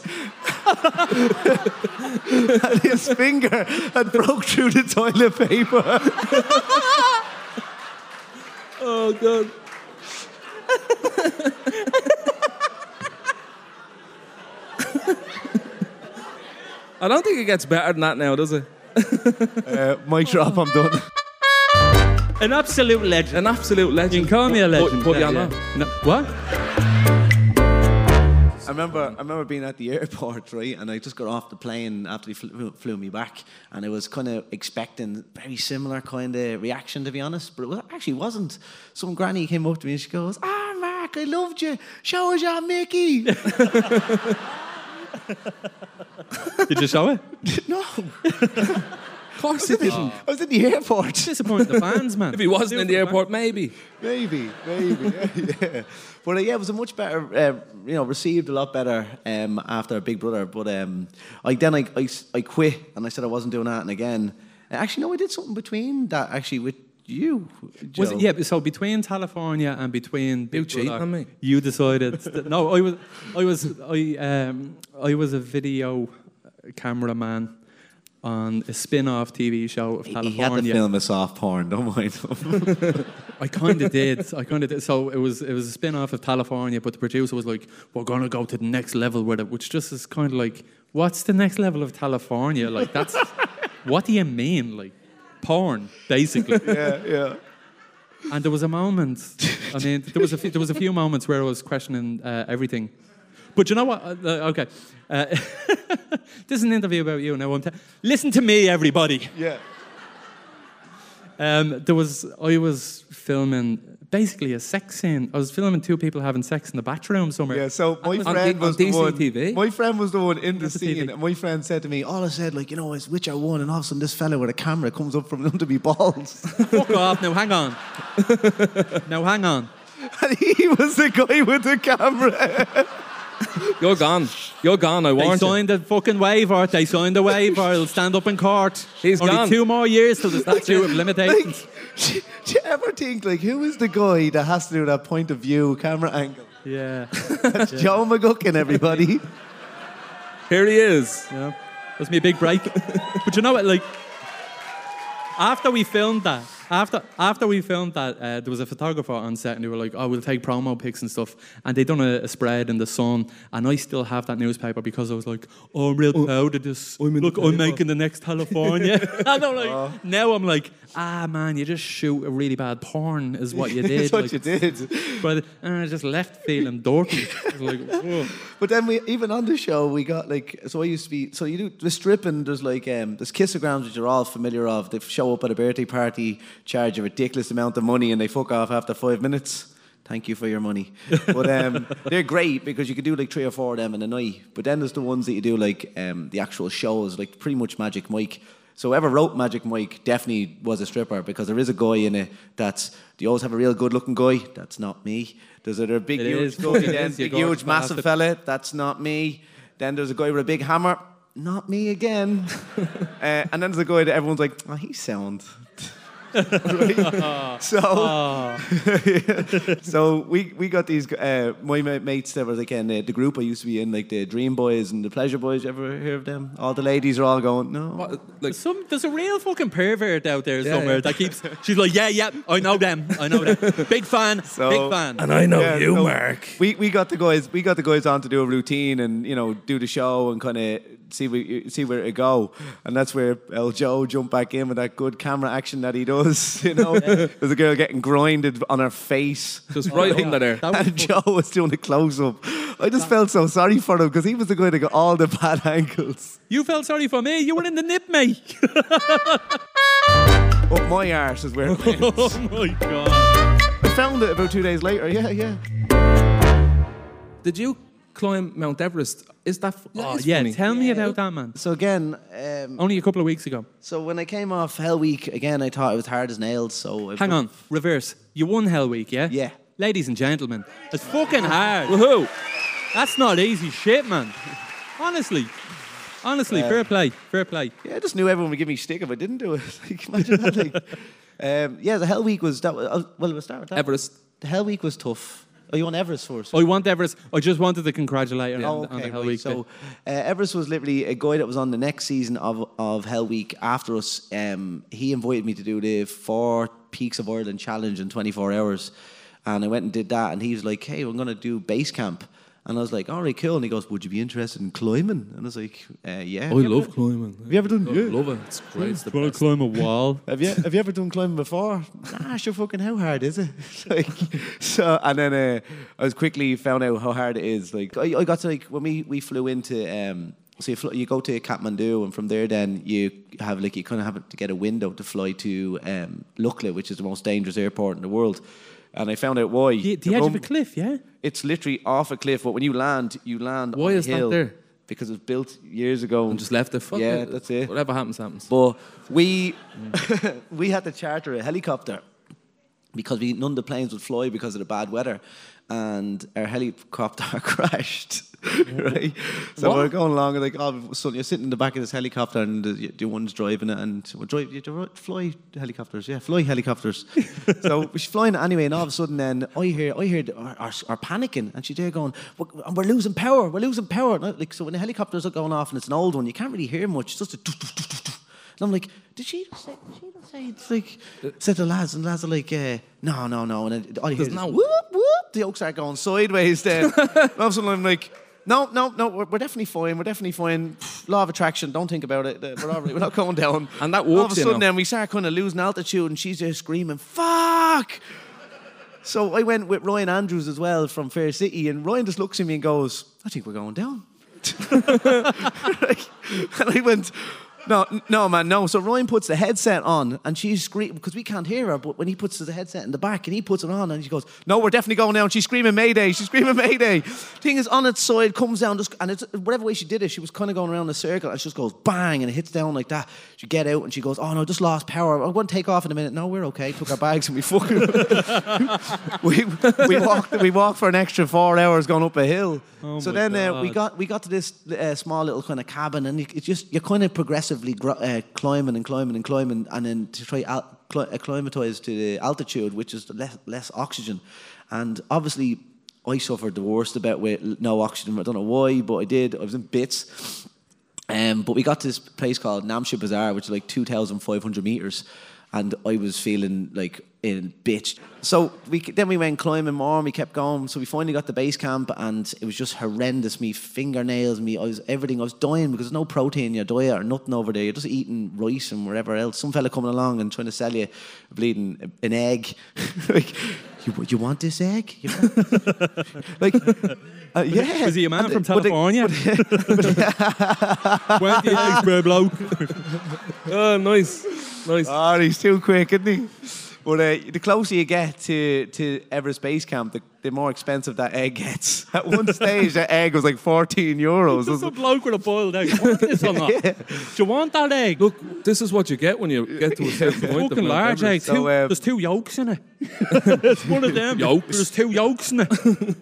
and his finger had broke through the toilet paper.
Oh god.
I don't think it gets better than that now, does it?
Uh, mic drop, I'm done.
An absolute legend.
An absolute legend.
You can call me a
But-
legend.
But, but
yeah,
you're
yeah.
not.
No, what?
[laughs] I remember, I remember being at the airport, right? And I just got off the plane after he flew, flew me back, and I was kind of expecting very similar kind of reaction, to be honest. But it was, actually wasn't. Some granny came up to me and she goes, "Ah, Mark, I loved you. Show us your Mickey." [laughs]
[laughs] Did you show it?
no.
Of course it didn't.
I was in the airport.
Disappointing the fans, man.
If he wasn't in the airport, maybe.
Maybe, maybe, [laughs] yeah. But uh, yeah, it was a much better, uh, you know, received a lot better um, after Big Brother. But um, I then I, I s- I quit and I said I wasn't doing that and again. And actually, no, I did something between that actually with you.
Was
Joe.
it, yeah, so between California and between Big
cheating
Brother,
on me?
you decided. [laughs] That, no, I was, I was, I, um, I was a video cameraman on a spin-off TV show of
He had
California.
to film a soft porn. Don't mind him.
I kind of did. I kind of did. So it was it was a spin off of California, but the producer was like, "We're gonna go to the next level with it," which just is kind of like, "What's the next level of California?" Like that's [laughs] what do you mean, like porn, basically?
[laughs] yeah, yeah.
And there was a moment. I mean, there was a few, there was a few moments where I was questioning uh, everything. But you know what? Uh, uh, okay, uh, [laughs] this is an interview about you. Now I'm t- listen to me, everybody.
[laughs] Yeah.
Um, there was I was filming basically a sex scene. I was filming two people having sex in the bathroom somewhere.
Yeah, so my
was on
friend
D-
was
on
the one.
DCTV.
My friend was the one in the
the
scene,
TV.
and my friend said to me, "All I said, like, you know, is which I won." And all of a sudden, this fella with a camera comes up from under me balls, [laughs]
Fuck off! Now
[laughs]
hang on. now hang on.
and he was the guy with the camera.
You're gone. You're gone, I
They
warned you.
signed the fucking waiver. They signed the waiver. I'll stand up in court.
He's
Only
gone.
two more years till the
[laughs]
statute of limitations.
Like, do you ever think like who is the guy that has to do that point of view camera angle?
Yeah.
That's Joe McGuckin, everybody.
Here he is.
Yeah. That's me a big break. [laughs] but you know what? Like, after we filmed that, after after we filmed that, uh, there was a photographer on set, and they were like, "Oh, we'll take promo pics and stuff." And they done a, a spread in the sun, and I still have that newspaper because I was like, "Oh, I'm real proud of this.
in
Look,
the
I'm
paper."
making the next California." [laughs] and I'm like, now I'm like, "Ah, man, you just shoot a really bad porn, is what you did."
That's what
like,
you did.
But and I just left feeling dorky. I was like, "Whoa."
But then we even on the show we got like so I used to be so you do the stripping there's like um there's kissograms which you're all familiar of they show up at a birthday party charge a ridiculous amount of money and they fuck off after five minutes thank you for your
[laughs]
money but um they're great because you can do like three or four of them in a night but then there's the ones that you do like um the actual shows like pretty much Magic Mike so whoever wrote Magic Mike definitely was a stripper because there is a guy in it that's you always have a real good looking guy that's not me there's a, there a big
It
huge
is. [laughs]
guy
It
then
is, you
big
gorgeous
huge massive
bastard.
fella, that's not me. Then there's a guy with a big hammer, not me again. uh, and then there's a guy that everyone's like, oh, he's sound. [laughs] Right? So, [laughs] so we, we got these uh, my ma- mates that were like in uh, the group I used to be in, like the Dream Boys and the Pleasure Boys. You ever hear of them? All the ladies are all going, no.
Like,
Some there's a real fucking pervert out there
Yeah,
somewhere
yeah.
that keeps. She's like, yeah, yeah, I know them, I know them. Big fan, big fan.
And I know
Yeah,
you,
so
Mark.
We we got the guys we got the guys on to do a routine and you know do the show and kind of see we, see where it go. And that's where El Joe jumped back in with that good camera action that he does. [laughs] You know, there's a girl getting grinded on her face.
just right under there.
That was
And Joe was doing a close up. I just felt so sorry for him because he was the guy that got all the [laughs] bad angles.
you felt sorry for me. You were in the nip, mate.
Up Oh, my arse is where it went. [laughs]
oh my god.
I found it about two days later. Yeah, yeah.
Did you climb Mount Everest? Is that? F-
Oh,
that is
yeah,
funny.
tell me about that man.
So again, um,
Only a couple of weeks ago.
so when I came off Hell Week again, I thought it was hard as nails. So I
Hang on, reverse. You won Hell Week, yeah?
Yeah.
Ladies and gentlemen, it's fucking hard.
Woohoo!
That's not easy shit, man. Honestly, honestly, fair play, fair play.
Yeah, I just knew everyone would give me stick if I didn't do it. [laughs] Like, imagine that. Like, um, yeah, the Hell Week was that. Was, oh, well, it was start with that.
Everest.
The Hell Week was tough. Oh, you want Everest first?
I want Everest. I just wanted to congratulate her on,
Oh,
the- on the
okay,
Hell
right.
Week.
So, uh, Everest was literally a guy that was on the next season of, of Hell Week after us. Um, he invited me to do the Four Peaks of Ireland challenge in 24 hours. And I went and did that. And he was like, hey, I'm going to do base camp. And I was like, all right, cool. And he goes, would you be interested in climbing? And I was like, uh, yeah.
I love climbing.
Have you ever done-
I
yeah.
Love it. It's great. It's the
Want to
best.
climb a wall?
Have you have you ever done climbing before? Nah, sure fucking how hard is it? like so and then uh, I was quickly found out how hard it is. Like I, I got to like when we, we flew into um so you, fl- you go to Kathmandu and from there then you have like you kind of have to get a window to fly to um Lukla, which is the most dangerous airport in the world. And I found out why.
The, the
The
edge of
rum-
a cliff, yeah?
It's literally off a cliff, but when you land, you land
Why
on
is
a
that
hill.
there?
because it was built years ago.
And just left it. Fuck
Yeah, that's it.
Whatever happens, happens.
But we [laughs] we had to charter a helicopter because we none of the planes would fly because of the bad weather, and our helicopter [laughs] crashed. right, so we're going along and like, oh, so you're sitting in the back of this helicopter and the, the one's driving it, and we're drive, you dri- fly helicopters, yeah, fly [laughs] helicopters. so she's flying it anyway, and all of a sudden, then I hear I hear our, our, our panicking, and she's there going, we're, we're losing power, we're losing power. And I- like so, when the helicopters are going off and it's an old one, you can't really hear much. It's just a. And I'm like, did she just say, did she just say, it's like, said the lads, and the lads are like, uh, no, no, no. And then all you hear is
no-
whoop, whoop. The oaks are going
[laughs]
sideways then. and all of a sudden I'm like, no, no, no, we're, we're definitely fine, we're definitely fine. Pff, Law of attraction, don't think about it. Uh, We're all right, we're not [laughs] going down.
And that
All of
walks,
a
you
sudden
know.
then we start kind of losing altitude, and she's just screaming, fuck. So I went with Ryan Andrews as well from Fair City, and Ryan just looks at me and goes, I think we're going down. [laughs] Right? And I went, no, n- no, man, no. So Ryan puts the headset on and she's screaming because we can't hear her. But when he puts the headset in the back and he puts it on and she goes, no, we're definitely going down. She's screaming Mayday. She's screaming Mayday. Thing is on its side, comes down, just and it's whatever way she did it, she was kind of going around the circle and she just goes bang and it hits down like that. She get out and she goes, oh no, just lost power. I'm going to take off in a minute. No, we're okay. Took our bags and we fucking we we walked we walked for an extra four hours going up a hill. so then uh, we got we got to this uh, small little kind of cabin, and you, it's just you're kind of progressively gro- uh, climbing and climbing and climbing, and then to try al- cli- acclimatize to the altitude, which is less less oxygen, and obviously. I suffered the worst about with no oxygen. I don't know why, but I did. I was in bits. Um, but we got to this place called Namsha Bazaar, which is like 2,500 meters, and I was feeling like in bitch. So we then we went climbing more, and we kept going. So we finally got to base camp, and it was just horrendous. Me fingernails, me I was everything. I was dying because there's no protein in your diet or nothing over there. You're just eating rice and whatever else. Some fella coming along and trying to sell you bleeding an egg. [laughs] like, you, you want this egg? You want-" [laughs] like, uh, yeah.
Was he a man
And-
from
but the-
California? [laughs]
Twenty eggs per [laughs] bloke. oh, nice, nice.
Oh, he's too quick, isn't he? But uh, the closer you get to, to Everest Base Camp, the, the more expensive that egg gets. [laughs] At one stage, that egg was like 14 euros. I was
Just a
like,
bloke with a boiled egg. You want this or
[laughs]
not? Do you want that egg?
Look, this is what you get when you get to a certain point.
Fucking large egg.
So,
two,
uh,
there's two yolks in it. [laughs] it's one of them.
Yolks.
There's two yolks
[laughs]
in it.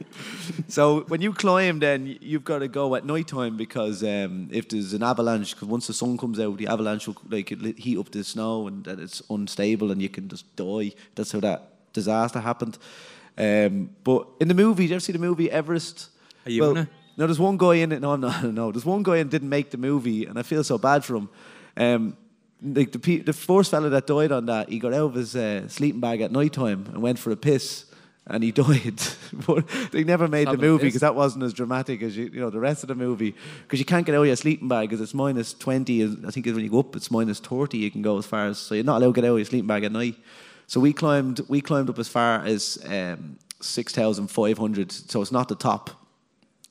so when you climb, then y- you've got to go at night time because um, if there's an avalanche, because once the sun comes out, the avalanche will like it'll heat up the snow and then it's unstable and you can just die. That's how that disaster happened. Um, but in the movie, did you ever see the movie Everest?
Are you in it?
No, there's one guy in it. No, I'm not. [laughs] No, there's one guy in it didn't make the movie, and I feel so bad for him. Um, like the pe- the first fella that died on that, he got out of his uh, sleeping bag at night time and went for a piss, and he [laughs] died. but they never made the
Having a
movie
piss.
because that wasn't as dramatic as you, you know the rest of the movie because you can't get out of your sleeping bag because it's minus twenty. is- I think when you go up, it's minus thirty. You can go as far as so you're not allowed to get out of your sleeping bag at night. So we climbed we climbed up as far as um, six thousand five hundred. So it's not the top.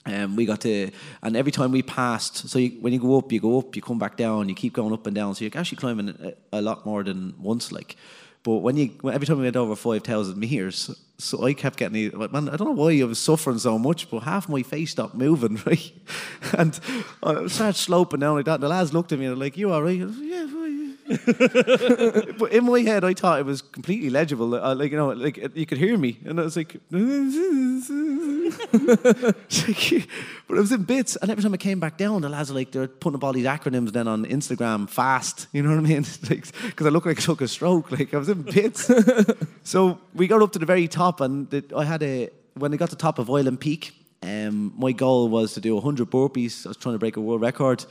Um, we got to, and every time we passed, so you, when you go up, you go up, you come back down, you keep going up and down. So you're actually climbing a, a lot more than once, like. But when you, when, every time we went over five thousand meters, so I kept getting, the- like, man, I don't know why I was suffering so much, but half my face stopped moving, [laughs] right? And I started sloping down like that. And the lads looked at me and they're like, "You all right?" I was, yeah, well, yeah." but in my head, I thought it was completely legible. Like, I- like you know, like it- you could hear me, and I was like, [laughs] but it was in bits. And every time I came back down, the lads were like, they're putting up all these acronyms then on Instagram, fast. You know what I mean? [laughs] Like, because I look like I took a stroke. Like I was in bits. so we got up to the very top, and the, I had a when I got to the top of Island Peak. Um, my goal was to do 100 burpees. I was trying to break a world record.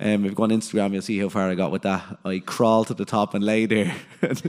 Um, if you go on Instagram, you'll see how far I got with that. I crawled to the top and lay there, [laughs] and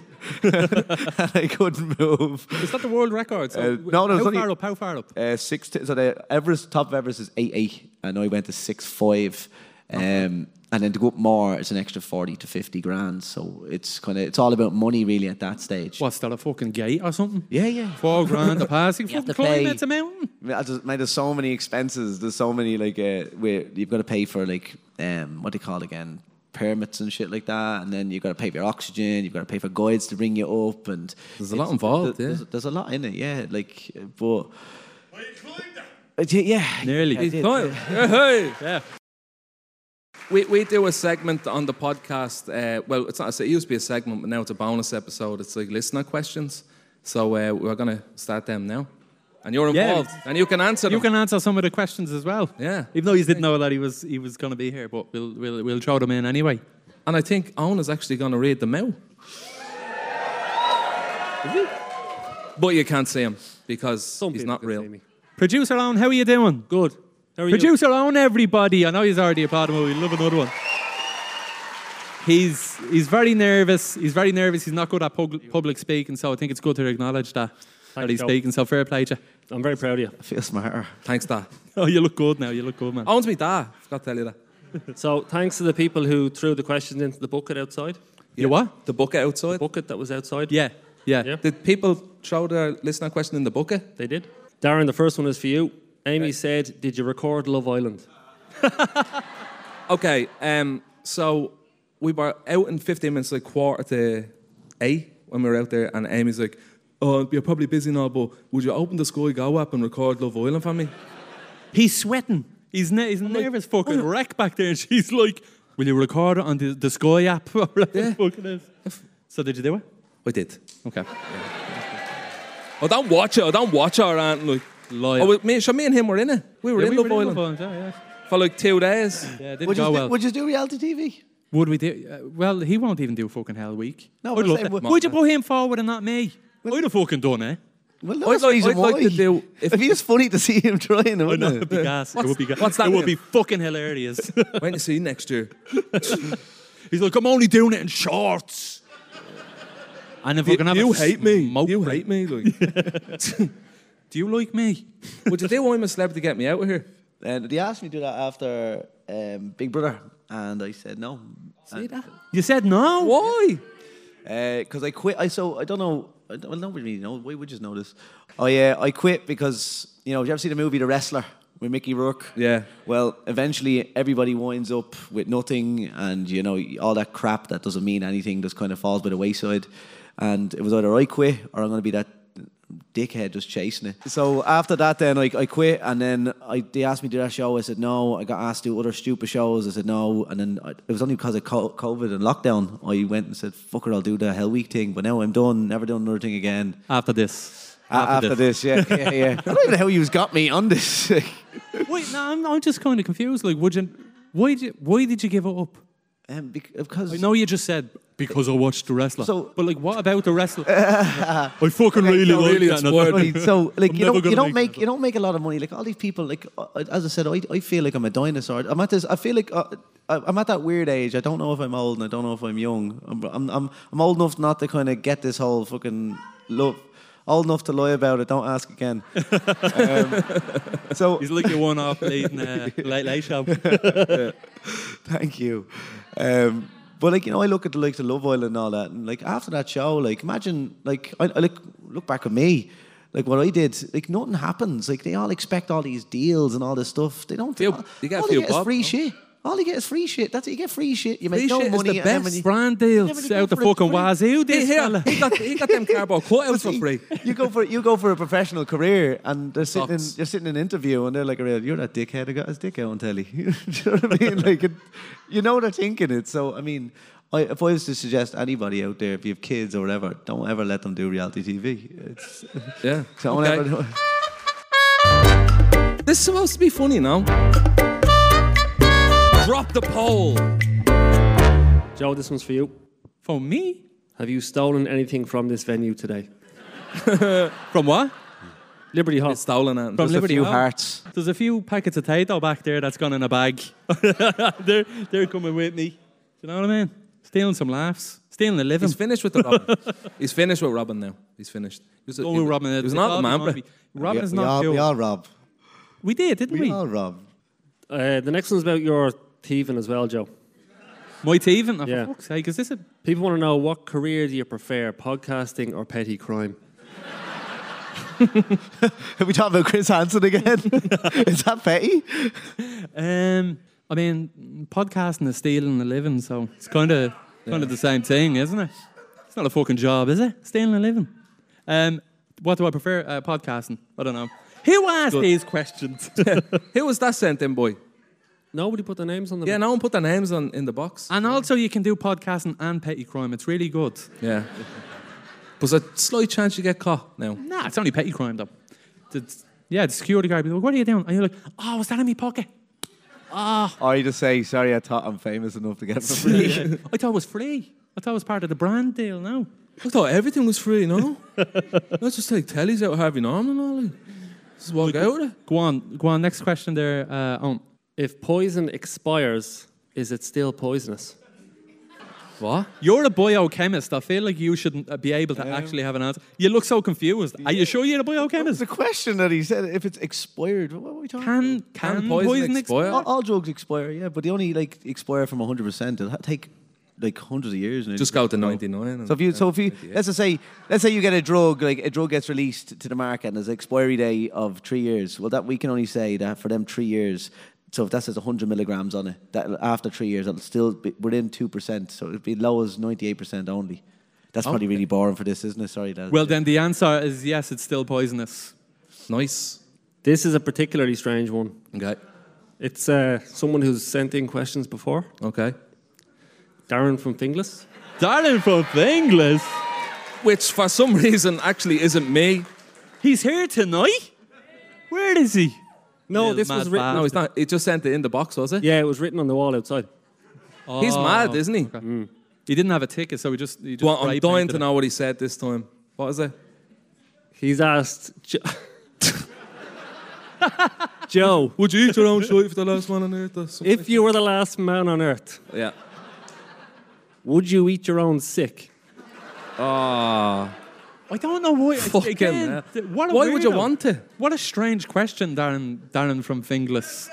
I couldn't move.
Is that the world record? So
Uh, no, no, it's
how
only-
far up? How far up?
Uh, six. T- so the Everest top of Everest is eight eight, and I went to six five. Um, And then to go up more, it's an extra forty to fifty grand. So it's kind of it's all about money really at that stage.
What's that, a fucking gate or something?
Yeah, yeah.
Four grand a pass. You
You have
can
to
fucking climb
play.
it's a mountain.
I mean, I just, man, there's so many expenses. There's so many like uh, where you've got to pay for like um, what do you call it again permits and shit like that, and then you've got to pay for your oxygen. You've got to pay for guides to bring you up, and
There's a lot
it's-
involved,
there-
yeah.
There's, there's a lot in it. Yeah, like uh, but. Uh, yeah, yeah,
Nearly.
[laughs]
I did,
Fine. Hey, hey. we, we do a segment on the podcast. Uh, well, it's not. A, se- it used to be a segment, but now it's a bonus episode. It's like listener questions. So uh, we're gonna start them now, and you're
Yeah.
involved, and you can answer them.
You can answer some of the questions as well.
Yeah.
Even though you didn't know that he was he was going to be here, but we'll we'll we'll throw them in anyway.
And I think Owen is actually gonna read them out. but you can't see him because
Some
he's
people
not
can
real.
see me. Producer Owen, how are you doing? Good. How are Producer Owen, everybody. I know he's already applauding, but we love another one. He's he's very nervous. He's very nervous. He's not good at pub- public speaking, so I think it's good to acknowledge that that
you,
he's
Joe.
speaking. So fair play to you. [laughs]
I'm very proud of you.
I feel smarter.
Thanks, Dad.
Oh, you look good now. You look good, man.
Owen's me dad. Forgot to tell you that.
So thanks to the people who threw the questions into the bucket outside.
You what?
The bucket outside.
Bucket that was outside.
Yeah, yeah.
Yeah.
Did people throw their listener question in the bucket?
They did. Darren, the first one is for you. Amy said, Did you record Love Island?
Okay, um, so we were out in 15 minutes, like quarter to eight when we were out there, and Amy's like, Oh, you're probably busy now, but would you open the Sky Go app and record Love Island for me?
He's sweating. He's, ne- he's nervous fucking wreck back there. And she's like, Will you record it on the, the Sky app? [laughs] Or whatever the
Yeah.
fuck it is. So, did you do it?
I did.
Okay.
Oh, don't watch it, oh, don't watch it, or anything. Like,
Live.
oh, well, me, so me and him were in it. We were
Yeah,
in
we
Love
were in
Island
Love Island, Yeah,
for like two days.
yeah. yeah it didn't
Would you,
go
do-
well.
would you do reality TV?
Would we do? Uh, well, he won't even do fucking Hell Week.
No,
I'd
but
love
say,
that.
would-
Would you put him forward and not me? I'd have fucking done eh? it.
Well,
I'd
that's
like-
reason
I'd like to
why.
[laughs]
do- if-
[laughs] It'd be just funny to see him trying,
I
wouldn't
know,
it?
it'd be gas. It would be gas.
what's that
It would
then?
be fucking hilarious. [laughs]
when you see you next year.
He's like, I'm only doing it in shorts. And if I
You,
can have a
you hate me.
smoke
You
break-
hate me. Like,
Do you like me?
would you do I'm a celebrity to get me out of here?
And they asked me to do that after um, Big Brother, and I said no. See that?
You said no.
Why?
Because uh, I quit. I so I don't know. I don't, well, nobody really knows. Why would you know this? I uh, I quit because you know. Have you ever seen the movie The Wrestler with Mickey Rourke?
Yeah.
Well, eventually everybody winds up with nothing, and you know all that crap that doesn't mean anything just kind of falls by the wayside. And it was either I quit or I'm going to be that dickhead just chasing it. So after that, then I, I quit, and then I, they asked me to do that show. I said no. I got asked to do other stupid shows. I said no. And then I, it was only because of co- COVID and lockdown I went and said fuck it, I'll do the Hell Week thing. But now I'm done. Never done another thing again.
After this.
A- After, this. yeah, yeah, yeah. [laughs] I don't even know how you've got me on this.
Wait, no, I'm, I'm just kind of confused. Like, would you? Why did you, why did you give it up?
[laughs] um, bec- because
I know you just said because I watched the wrestler.
So-
but like, what about the
[laughs]
wrestler? I fucking really
no,
like
really,
that.
it's
and I
worth
don't-
Right, so like
I'm
you
never
don't, you
gonna
don't
make
make you don't make a lot of money. Like all these people, like uh, uh, as I said, I, I feel like I'm a dinosaur. I'm at this. I feel like uh, I- I'm at that weird age. I don't know if I'm old and I don't know if I'm young. I'm I'm I'm, I'm old enough not to kind of get this whole fucking love. Old enough to lie about it. Don't
[laughs]
ask again. um, so
He's like your one-off late, in, uh, late
[laughs]
late show.
Thank you. Um, but like you know, I look at the likes of Love Island and all that, and like after that show, like imagine like I, I look look back at me, like what I did, like nothing happens. Like they all expect all these deals and all this stuff. They don't.
Few-
all,
you get a
all
few
they get
bob,
is free
no?
shit. All they get is free shit. That's it. You get free shit. You make
Free
no
shit is
money.
the
and then when
best.
you-
Brand
Never
deals
did
out the
go for it.
fucking wazoo.
Hey,
This
here,
fella.
he got, he got them
[laughs]
cardboard cutouts for
See,
free.
You go for you go for a professional career, and they're sitting in,
Sucks.
you're sitting in an interview, and they're like, "Real, you're that dickhead. I got his dick out on telly." [laughs] you know what
[laughs]
I mean? Like, it, you know they're thinking it. So, I mean, I, if I was to suggest anybody out there, if you have kids or whatever, don't ever let them do reality TV. It's
Yeah.
don't
Okay.
ever. do it.
This is supposed to be funny now. Drop the poll.
Joe, this one's for you.
For me,
Have you stolen anything from this venue today?
from what?
Liberty Hall.
It's stolen and
From Liberty
few
Hall.
hearts.
There's a few packets of tato back there that's gone in a bag. [laughs] they're they're coming with me. Do you know what I mean? Stealing some laughs, stealing a living.
He's finished
[laughs]
with the Robin. He's finished with Robin now. He's finished. He was, a-
Going with Robin.
He was
They
not
called
the
him
man.
Robbie. Robin's
we, we
not
all,
cool.
we all rob.
We did, didn't
We,
we?
all rob.
Uh, the next one's about your thieving as well, Joe.
My teething. Oh,
Yeah.
For fuck's sake, is this a
People want to know what career do you prefer, podcasting or petty crime?
Are we talking about Chris Hansen [laughs] again? Is that petty?
Um, I mean, podcasting is stealing a living, so it's kind of kind of the same thing, isn't it? It's not a fucking job, is it? Stealing a living. Um, what do I prefer? Uh, podcasting. I don't know. Who asked these questions?
Who was that sent in, boy?
Nobody put their names on them.
Yeah, no one put their names on in the box.
[laughs] And also, you can do podcasting and petty crime. It's really good.
Yeah. But there's a slight chance you get caught now.
Nah, it's only petty crime though. It's- yeah, the security guard be like, "What are you doing?" And you're like, "Oh, was that in my pocket?
I just say, sorry, I thought I'm famous enough to get something. [laughs]
I thought it was free. I thought it was part of the brand deal." No,
I thought everything was free, no? Let's just take tellies out of Harvey Norman all like. Just walk out of it.
go on, go on. Next question there. Uh, on
If poison expires, is it still poisonous?
What?
you're a biochemist. I feel like you should uh, be able to actually have an answer. You look so confused. Are you sure you're a
It's
biochemist?
a question that he said. If it's expired, what are we talking? about?
Can can, poison, expire?
all, all drugs expire, yeah, but they only like expire from 100. percent It'll ha- take like hundreds of years. nearly.
Just go to 99. and-
So if you, so if you, let's just say, let's say you get a drug, like a drug gets released to the market and there's an expiry day of three years. Well, that we can only say that for them three years. So if that says 100 milligrams on it, that after three years, it'll still be within two percent. So it'd be low as 98 percent only. That's probably really boring for this, isn't it? Sorry, that.
Well, then the answer is yes. It's still poisonous.
Nice.
This is a particularly strange one.
Okay.
It's uh, someone who's sent in questions before.
Okay.
Darren from Thingless.
Darling from England.
Which, for some reason, actually isn't me.
He's here tonight. Where is he?
No,
Little
this was
mad
written.
No, he's not. It just sent it in the box, was it?
Yeah, it was written on the wall outside.
He's mad, isn't he?
He didn't have a ticket, so he just. He Oh, just
Well, I'm
spray
dying
painted
to
it.
know what he said this time. What is it?
He's asked jo- [laughs] Joe
Would you eat your own shit for the last one on earth? Or something?
if you were the last man on earth,
yeah.
would you eat your own sick? Ah.
I don't know why.
Fucking
again,
hell.
th- what a
Why would you
weirdo.
want to?
What a strange question, Darren. Darren from Finglas.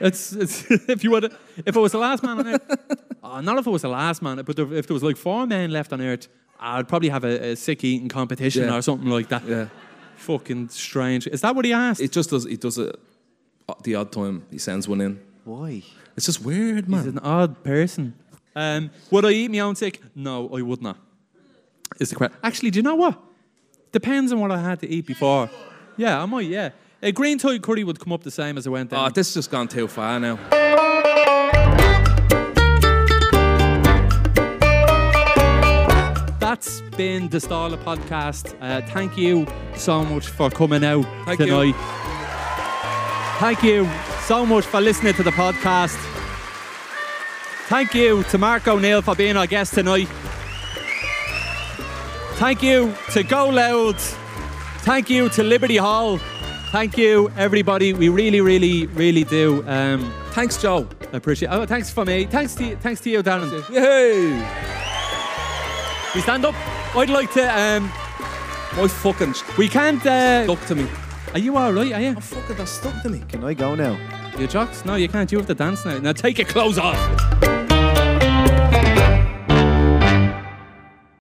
It's, it's [laughs] if you were to, if it was the last man on earth.
[laughs]
uh, not if it was the last man, but if there was like four men left on earth, I'd probably have a, a sick eating competition
Yeah.
or something like that.
Yeah.
Fucking strange. Is that what he asked?
It just does. It does it. at The odd time he sends one in.
why?
It's just weird,
He's
man.
an odd person. Um, would I eat my own sick? No, I would not. Is the question. Actually, do you know what? Depends on what I had to eat before. Yeah, I might, yeah. A green Thai curry would come up the same as I went
Oh,
down.
this has just gone too far now.
That's been the Starla podcast. Uh, thank you so much for coming out
Thank you.
tonight. Thank you so much for listening to the podcast. Thank you to Mark O'Neill for being our guest tonight. Thank you to Go Loud. Thank you to Liberty Hall. Thank you, everybody. We really, really, really do um,
Thanks, Joe.
appreciate. Oh, thanks for me. Thanks to thanks to you, Darren.
Yay!
We stand up. I'd like to. Um,
My fucking sh-
we can't. Uh,
stuck to me.
Are you all right? Are you?
Fucking that stuck to me.
Can I go now?
Your jocks? No, you can't. You have to dance now. Now take your clothes off.